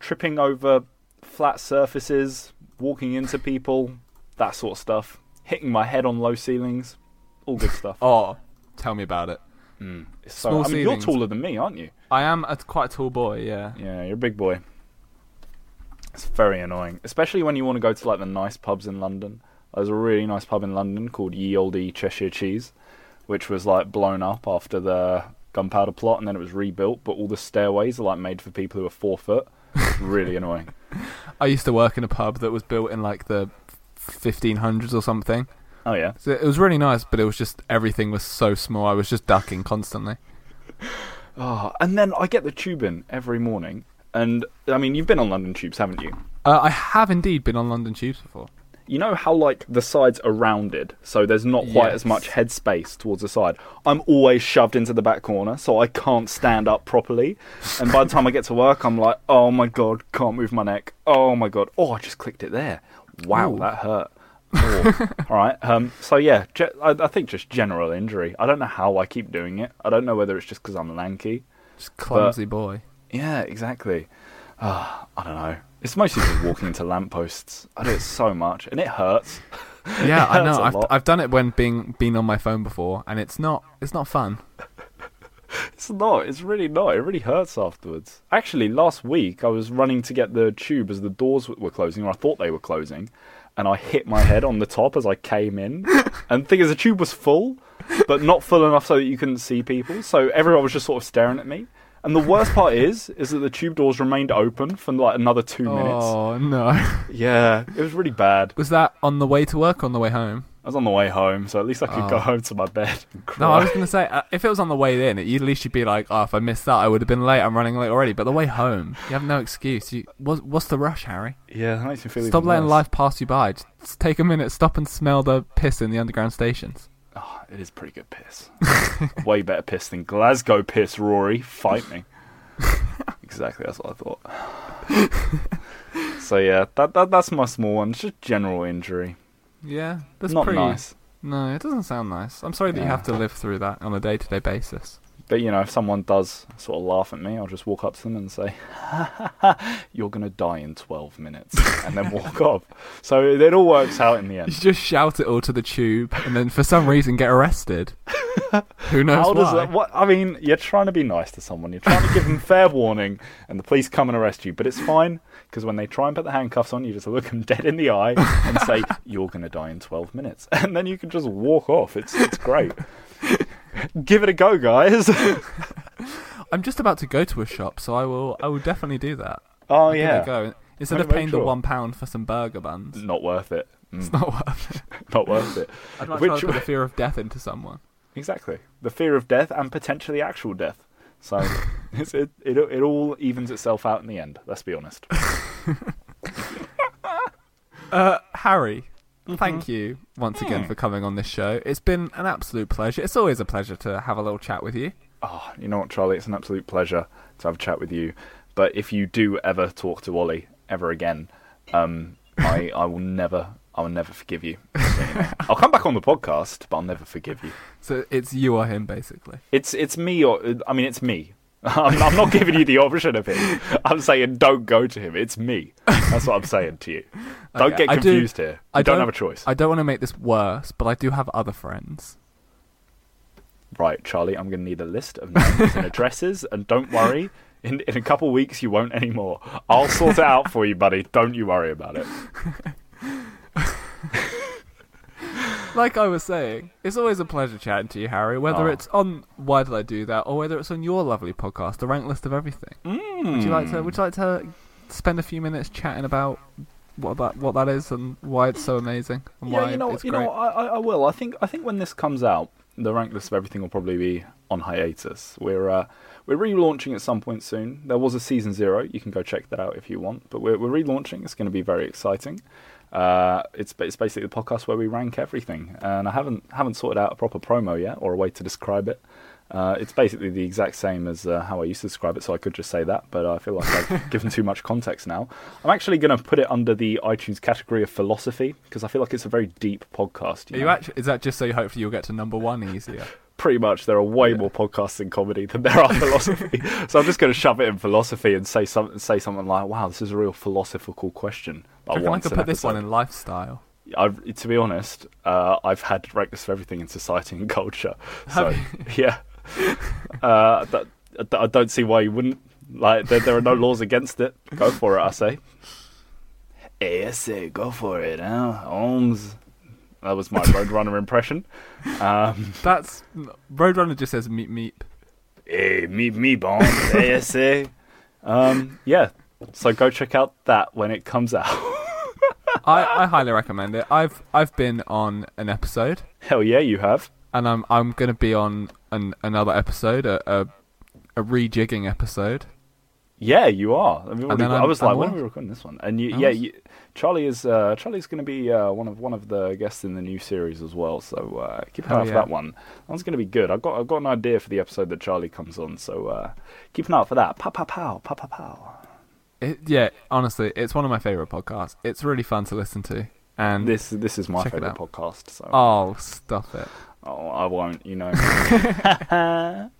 [SPEAKER 2] tripping over flat surfaces, walking into people, that sort of stuff. Hitting my head on low ceilings, all good stuff.
[SPEAKER 1] Oh, tell me about it.
[SPEAKER 2] It's so,
[SPEAKER 1] small
[SPEAKER 2] I mean,
[SPEAKER 1] ceilings.
[SPEAKER 2] you're taller than me, aren't you?
[SPEAKER 1] I am a, quite a tall boy, yeah.
[SPEAKER 2] Yeah, you're a big boy. It's very annoying, especially when you want to go to like the nice pubs in London. There's a really nice pub in London called Ye Olde Cheshire Cheese, which was like blown up after the gunpowder plot, and then it was rebuilt. But all the stairways are like made for people who are four foot. It's really annoying.
[SPEAKER 1] I used to work in a pub that was built in like the 1500s or something.
[SPEAKER 2] Oh yeah,
[SPEAKER 1] So it was really nice, but it was just everything was so small. I was just ducking constantly.
[SPEAKER 2] oh, and then I get the tube in every morning, and I mean you've been on London tubes, haven't you?
[SPEAKER 1] Uh, I have indeed been on London tubes before.
[SPEAKER 2] You know how like the sides are rounded, so there's not quite
[SPEAKER 1] Yes.
[SPEAKER 2] as much headspace towards the side. I'm always shoved into the back corner, so I can't stand up properly. And by the time I get to work, I'm like, oh my god, can't move my neck. Oh my god, oh I just clicked it there. Wow,
[SPEAKER 1] Ooh.
[SPEAKER 2] that hurt. Oh. All right. Um, so yeah, ge- I, I think just general injury. I don't know how I keep doing it. I don't know whether it's just because I'm lanky.
[SPEAKER 1] Just clumsy boy.
[SPEAKER 2] Yeah, exactly. Uh, I don't know. It's mostly just walking into lampposts. I do it so much, and it hurts.
[SPEAKER 1] Yeah, I
[SPEAKER 2] that's
[SPEAKER 1] know.
[SPEAKER 2] a
[SPEAKER 1] I've,
[SPEAKER 2] lot.
[SPEAKER 1] I've done it when being been on my phone before, and it's not it's not fun.
[SPEAKER 2] It's not. It's really not. It really hurts afterwards. Actually, last week I was running to get the tube as the doors w- were closing, or I thought they were closing, and I hit my head on the top as I came in. And the thing is, the tube was full, but not full enough so that you couldn't see people. So everyone was just sort of staring at me. And the worst part is, is that the tube doors remained open for like another two minutes.
[SPEAKER 1] Oh no!
[SPEAKER 2] Yeah, it was really bad.
[SPEAKER 1] Was that on the way to work? or On the way home?
[SPEAKER 2] I was on the way home, so at least I could
[SPEAKER 1] Oh.
[SPEAKER 2] go home to my bed and
[SPEAKER 1] No, I
[SPEAKER 2] cry.
[SPEAKER 1] was gonna say uh, if it was on the way in, you at least you'd be like, oh, if I missed that, I would have been late. I'm running late already. But the way home, you have no excuse. You, what's, what's the rush, Harry?
[SPEAKER 2] yeah, that makes me feel
[SPEAKER 1] Stop
[SPEAKER 2] even
[SPEAKER 1] letting
[SPEAKER 2] worse.
[SPEAKER 1] life pass you by. Just, just take a minute, stop and smell the piss in the underground stations.
[SPEAKER 2] Oh, it is pretty good piss. Way better piss than Glasgow piss, Rory. Fight me. exactly, that's what I thought. so yeah, that, that that's my small one. It's just general injury.
[SPEAKER 1] Yeah, that's
[SPEAKER 2] Not
[SPEAKER 1] pretty.
[SPEAKER 2] nice.
[SPEAKER 1] No, it doesn't sound nice. I'm sorry that you
[SPEAKER 2] Yeah.
[SPEAKER 1] have to live through that on a day-to-day basis.
[SPEAKER 2] But you know, if someone does sort of laugh at me, I'll just walk up to them and say, "You're gonna die in 12 minutes," and then walk off. So it all works out in the
[SPEAKER 1] You
[SPEAKER 2] end.
[SPEAKER 1] should just shout it all to the tube, and then for some reason get arrested. Who knows
[SPEAKER 2] How
[SPEAKER 1] why?
[SPEAKER 2] does that? What I mean, you're trying to be nice to someone. You're trying to give them fair warning, and the police come and arrest you. But it's fine because when they try and put the handcuffs on, you just look them dead in the eye and say, "You're going to die in 12 minutes," and then you can just walk off. It's it's great. give it a go, guys.
[SPEAKER 1] I'm just about to go to a shop, so I will. I will definitely do that.
[SPEAKER 2] oh
[SPEAKER 1] Give it a
[SPEAKER 2] yeah,
[SPEAKER 1] go. Instead
[SPEAKER 2] Make-
[SPEAKER 1] of paying
[SPEAKER 2] make
[SPEAKER 1] the
[SPEAKER 2] sure.
[SPEAKER 1] one pound for some burger buns,
[SPEAKER 2] not worth it. Mm,
[SPEAKER 1] it's not worth it.
[SPEAKER 2] not worth it.
[SPEAKER 1] I'd like
[SPEAKER 2] Which-
[SPEAKER 1] to put the fear of death into someone.
[SPEAKER 2] Exactly. The fear of death and potentially actual death. So it's, it, it it all evens itself out in the end. Let's be honest.
[SPEAKER 1] Uh, Harry,
[SPEAKER 2] Mm-hmm.
[SPEAKER 1] thank you once again for coming on this show. It's been an absolute pleasure. It's always a pleasure to have a little chat with you.
[SPEAKER 2] Oh, you know what, Charlie? It's an absolute pleasure to have a chat with you. But if you do ever talk to Ollie ever again, um, I, I will never, I will never forgive you. So, you know, I'll come back on the podcast, but I'll never forgive you.
[SPEAKER 1] So it's you or him, basically.
[SPEAKER 2] It's it's me, or I mean, it's me. I'm, I'm not giving you the option of him. I'm saying don't go to him. It's me. That's what I'm saying to you. Don't
[SPEAKER 1] Okay,
[SPEAKER 2] get
[SPEAKER 1] I do-
[SPEAKER 2] confused here. You
[SPEAKER 1] I
[SPEAKER 2] don't,
[SPEAKER 1] don't-
[SPEAKER 2] have a choice.
[SPEAKER 1] I don't want to make this worse, but I do have other friends.
[SPEAKER 2] Right, Charlie, I'm going to need a list of names and addresses, and don't worry. In, in a couple weeks, you won't anymore. I'll sort it out for you, buddy. Don't you worry about it.
[SPEAKER 1] Like I was saying, it's always a pleasure chatting to you, Harry. Whether
[SPEAKER 2] Oh.
[SPEAKER 1] it's on Why Did I Do That, or whether it's on your lovely podcast, the rank list of everything. Would you like to? Would you like to spend a few minutes chatting about what that what that is and why it's so amazing and
[SPEAKER 2] Yeah,
[SPEAKER 1] why
[SPEAKER 2] you know,
[SPEAKER 1] it's
[SPEAKER 2] you
[SPEAKER 1] great?
[SPEAKER 2] know, I, I- I will. I think I think when this comes out, the rank list of everything will probably be on hiatus. We're uh, we're relaunching at some point soon. There was a season zero. You can go check that out if you want. But we're, we're relaunching. It's going to be very exciting. Uh, it's ba- it's basically the podcast where we rank everything, and I haven't haven't sorted out a proper promo yet or a way to describe it. Uh, it's basically the exact same as uh, how I used to describe it, so I could just say that, but I feel like I've given too much context now. I'm actually going to put it under the iTunes category of philosophy because I feel like it's a very deep podcast.
[SPEAKER 1] Are you
[SPEAKER 2] know?
[SPEAKER 1] actually, is that just so hopefully you'll get to number one easier?
[SPEAKER 2] Pretty much, there are way more podcasts in comedy than there are philosophy. so I'm just going to shove it in philosophy and say, some, say something like, wow, this is a real philosophical question.
[SPEAKER 1] Do you
[SPEAKER 2] I
[SPEAKER 1] reckon I could put this one in lifestyle.
[SPEAKER 2] I've, to be honest, uh, I've had breakfast for everything in society and culture. So, yeah, uh, that, that- I don't see why you wouldn't. Like, there, there are no laws against it. Go for it, I say. Eh, I say, go for it, huh? Holmes. That was my Roadrunner impression. Um,
[SPEAKER 1] That's Roadrunner just says meep meep.
[SPEAKER 2] hey, me, me, bon. Eh, I say. Um, yeah. So go check out that when it comes out.
[SPEAKER 1] I, I highly recommend it. I've I've been on an episode,
[SPEAKER 2] Hell yeah, you have.
[SPEAKER 1] and I'm I'm gonna be on an, another episode, a, a a rejigging episode.
[SPEAKER 2] Yeah, you are. I, mean, already-
[SPEAKER 1] then
[SPEAKER 2] I
[SPEAKER 1] I'm-
[SPEAKER 2] was
[SPEAKER 1] I'm
[SPEAKER 2] like, when
[SPEAKER 1] one.
[SPEAKER 2] are we recording this one? And you,
[SPEAKER 1] I
[SPEAKER 2] yeah,
[SPEAKER 1] was-
[SPEAKER 2] you, Charlie is uh, Charlie's going to be uh, one of one of the guests in the new series as well. So uh, keep an eye
[SPEAKER 1] Hell
[SPEAKER 2] out for
[SPEAKER 1] yeah.
[SPEAKER 2] that one. That one's going to be good. I've got I've got an idea for the episode that Charlie comes on. So uh, keep an eye out for that. Pow pow pow pow pow pow.
[SPEAKER 1] It, yeah, honestly, it's one of my favorite podcasts. It's really fun to listen to, and
[SPEAKER 2] This this is my
[SPEAKER 1] Mm. Check it
[SPEAKER 2] favorite
[SPEAKER 1] out.
[SPEAKER 2] podcast. So
[SPEAKER 1] oh, stuff it.
[SPEAKER 2] oh, I won't. You know.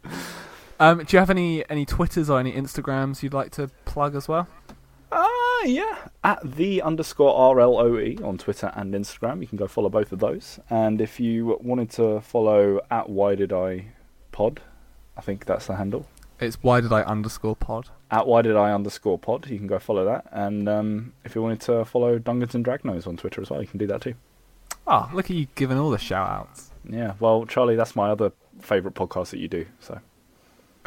[SPEAKER 1] Um, do you have any any Twitters or any Instagrams you'd like to plug as well?
[SPEAKER 2] Ah, yeah. At the underscore RLOE E on Twitter and Instagram. You can go follow both of those. And if you wanted to follow at Why Did I Pod, I think that's the handle.
[SPEAKER 1] It's why did I underscore pod?
[SPEAKER 2] At Why Did I underscore Pod, you can go follow that. And um, if you wanted to follow Dungans and Dragnose on Twitter as well, you can do that too.
[SPEAKER 1] Oh, look at you giving all the shout outs.
[SPEAKER 2] Yeah, well, Charlie, that's my other favourite podcast that you do, so.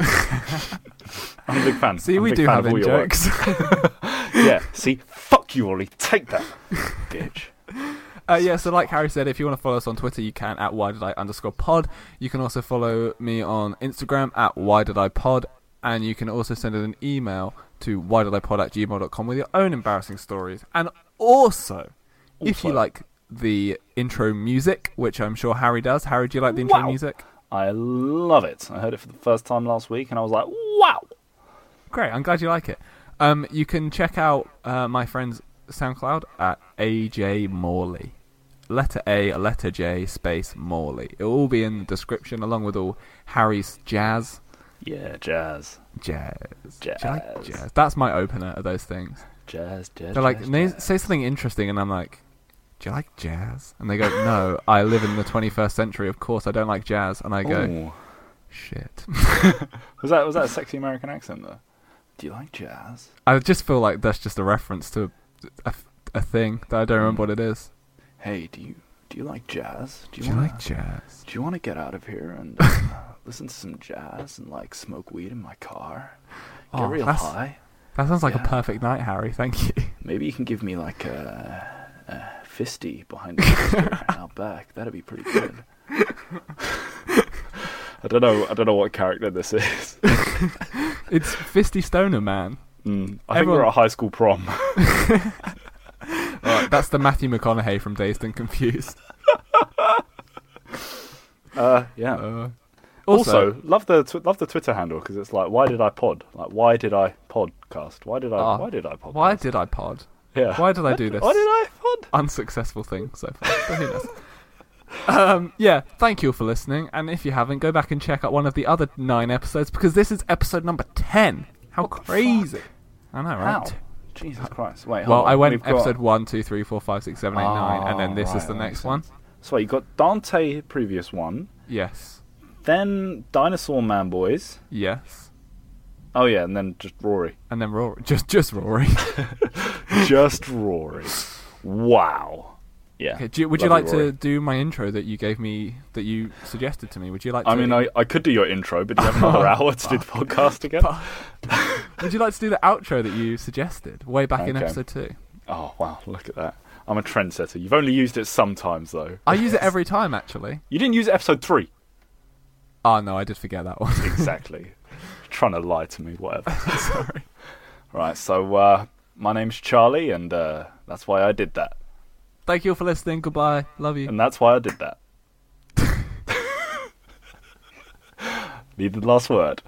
[SPEAKER 2] I'm a big fan.
[SPEAKER 1] See,
[SPEAKER 2] I'm a
[SPEAKER 1] we
[SPEAKER 2] big
[SPEAKER 1] do
[SPEAKER 2] fan
[SPEAKER 1] have
[SPEAKER 2] of all
[SPEAKER 1] in
[SPEAKER 2] your work.
[SPEAKER 1] jokes.
[SPEAKER 2] yeah, see, fuck you, Ollie. Take that, bitch.
[SPEAKER 1] Uh, yeah, so like Harry said, if you want to follow us on Twitter, you can at why did I underscore pod. You can also follow me on Instagram at why did I pod, and you can also send in an email to why did I pod at gmail.com with your own embarrassing stories. And also, if you
[SPEAKER 2] Also.
[SPEAKER 1] like the intro music, which I'm sure Harry does, Harry, do you like the intro
[SPEAKER 2] Wow.
[SPEAKER 1] music?
[SPEAKER 2] I love it. I heard it for the first time last week and I was like, wow.
[SPEAKER 1] Great, I'm glad you like it. Um, you can check out uh, my friend's SoundCloud at AJ Morley. Letter A, letter J, space Morley. It'll all be in the description along with all Harry's jazz.
[SPEAKER 2] Yeah, jazz.
[SPEAKER 1] Jazz. Do you like
[SPEAKER 2] Jazz.
[SPEAKER 1] jazz. That's my opener of those things.
[SPEAKER 2] Jazz, jazz.
[SPEAKER 1] They're like,
[SPEAKER 2] jazz,
[SPEAKER 1] "Na-
[SPEAKER 2] jazz."
[SPEAKER 1] say something interesting, and I'm like, do you like jazz? And they go, no, I live in the 21st century. Of course, I don't like jazz. And I go,
[SPEAKER 2] Ooh.
[SPEAKER 1] shit.
[SPEAKER 2] Was that was that a sexy American accent though? Do you like jazz?
[SPEAKER 1] I just feel like that's just a reference to a, a thing that I don't remember what it is.
[SPEAKER 2] Hey, do you do you like jazz?
[SPEAKER 1] Do you
[SPEAKER 2] wanna,
[SPEAKER 1] like jazz?
[SPEAKER 2] Do you want to get out of here and uh, listen to some jazz and like smoke weed in my car? Get
[SPEAKER 1] Oh,
[SPEAKER 2] real
[SPEAKER 1] that's-
[SPEAKER 2] high.
[SPEAKER 1] That sounds like
[SPEAKER 2] Yeah.
[SPEAKER 1] a perfect night, Harry. Thank you.
[SPEAKER 2] Maybe you can give me like a, a fisty behind the counter and out back. That'd be pretty good. I don't know. I don't know what character this is.
[SPEAKER 1] It's Fisty Stoner Man.
[SPEAKER 2] Mm, I think
[SPEAKER 1] Everyone-
[SPEAKER 2] we're at high school prom.
[SPEAKER 1] That's the Matthew McConaughey from Dazed and Confused.
[SPEAKER 2] Uh, yeah.
[SPEAKER 1] Uh,
[SPEAKER 2] also, love the tw- love the Twitter handle because it's like, why did I pod? Like, why did I podcast? Why did I?
[SPEAKER 1] Ah,
[SPEAKER 2] uh, why did I podcast?
[SPEAKER 1] why did I pod?
[SPEAKER 2] Yeah.
[SPEAKER 1] Why did I do this?
[SPEAKER 2] Why did I pod?
[SPEAKER 1] Unsuccessful thing so far. But who knows? Um, yeah, thank you all for listening. And if you haven't, go back and check out one of the other nine episodes because this is episode number ten. How
[SPEAKER 2] What the
[SPEAKER 1] crazy! I know,
[SPEAKER 2] How?
[SPEAKER 1] right?
[SPEAKER 2] Jesus Christ! Wait.
[SPEAKER 1] Well,
[SPEAKER 2] hold on.
[SPEAKER 1] I went
[SPEAKER 2] Oh, We've got-
[SPEAKER 1] episode one, two, three, four, five, six, seven, eight, nine, and
[SPEAKER 2] Ah,
[SPEAKER 1] then this
[SPEAKER 2] right,
[SPEAKER 1] is the
[SPEAKER 2] that
[SPEAKER 1] next
[SPEAKER 2] makes
[SPEAKER 1] one.
[SPEAKER 2] So wait, you got Dante previous one,
[SPEAKER 1] Yes,
[SPEAKER 2] then Dinosaur Man Boys.
[SPEAKER 1] yes,
[SPEAKER 2] Oh yeah, and then just Rory.
[SPEAKER 1] and then Rory. Just, just Rory.
[SPEAKER 2] just Rory. Wow. Yeah.
[SPEAKER 1] Okay, do you, would you
[SPEAKER 2] Lovely
[SPEAKER 1] like
[SPEAKER 2] Rory.
[SPEAKER 1] to do my intro that you gave me, that you suggested to me? Would you like? To,
[SPEAKER 2] I mean, I, I could do your intro, but do you have another hour to do the podcast again?
[SPEAKER 1] would you like to do the outro that you suggested way back in
[SPEAKER 2] Okay.
[SPEAKER 1] episode two?
[SPEAKER 2] Oh wow, look at that! I'm a trendsetter. You've only used it sometimes though.
[SPEAKER 1] I use it every time, actually.
[SPEAKER 2] You didn't use it episode three.
[SPEAKER 1] Oh no, I did forget that one.
[SPEAKER 2] Exactly. Trying to lie to me, whatever. Sorry. Right. So uh, my name's Charlie, and uh, that's why I did that,
[SPEAKER 1] Thank you all for listening. Goodbye. Love you.
[SPEAKER 2] and that's why I did that. needed last word.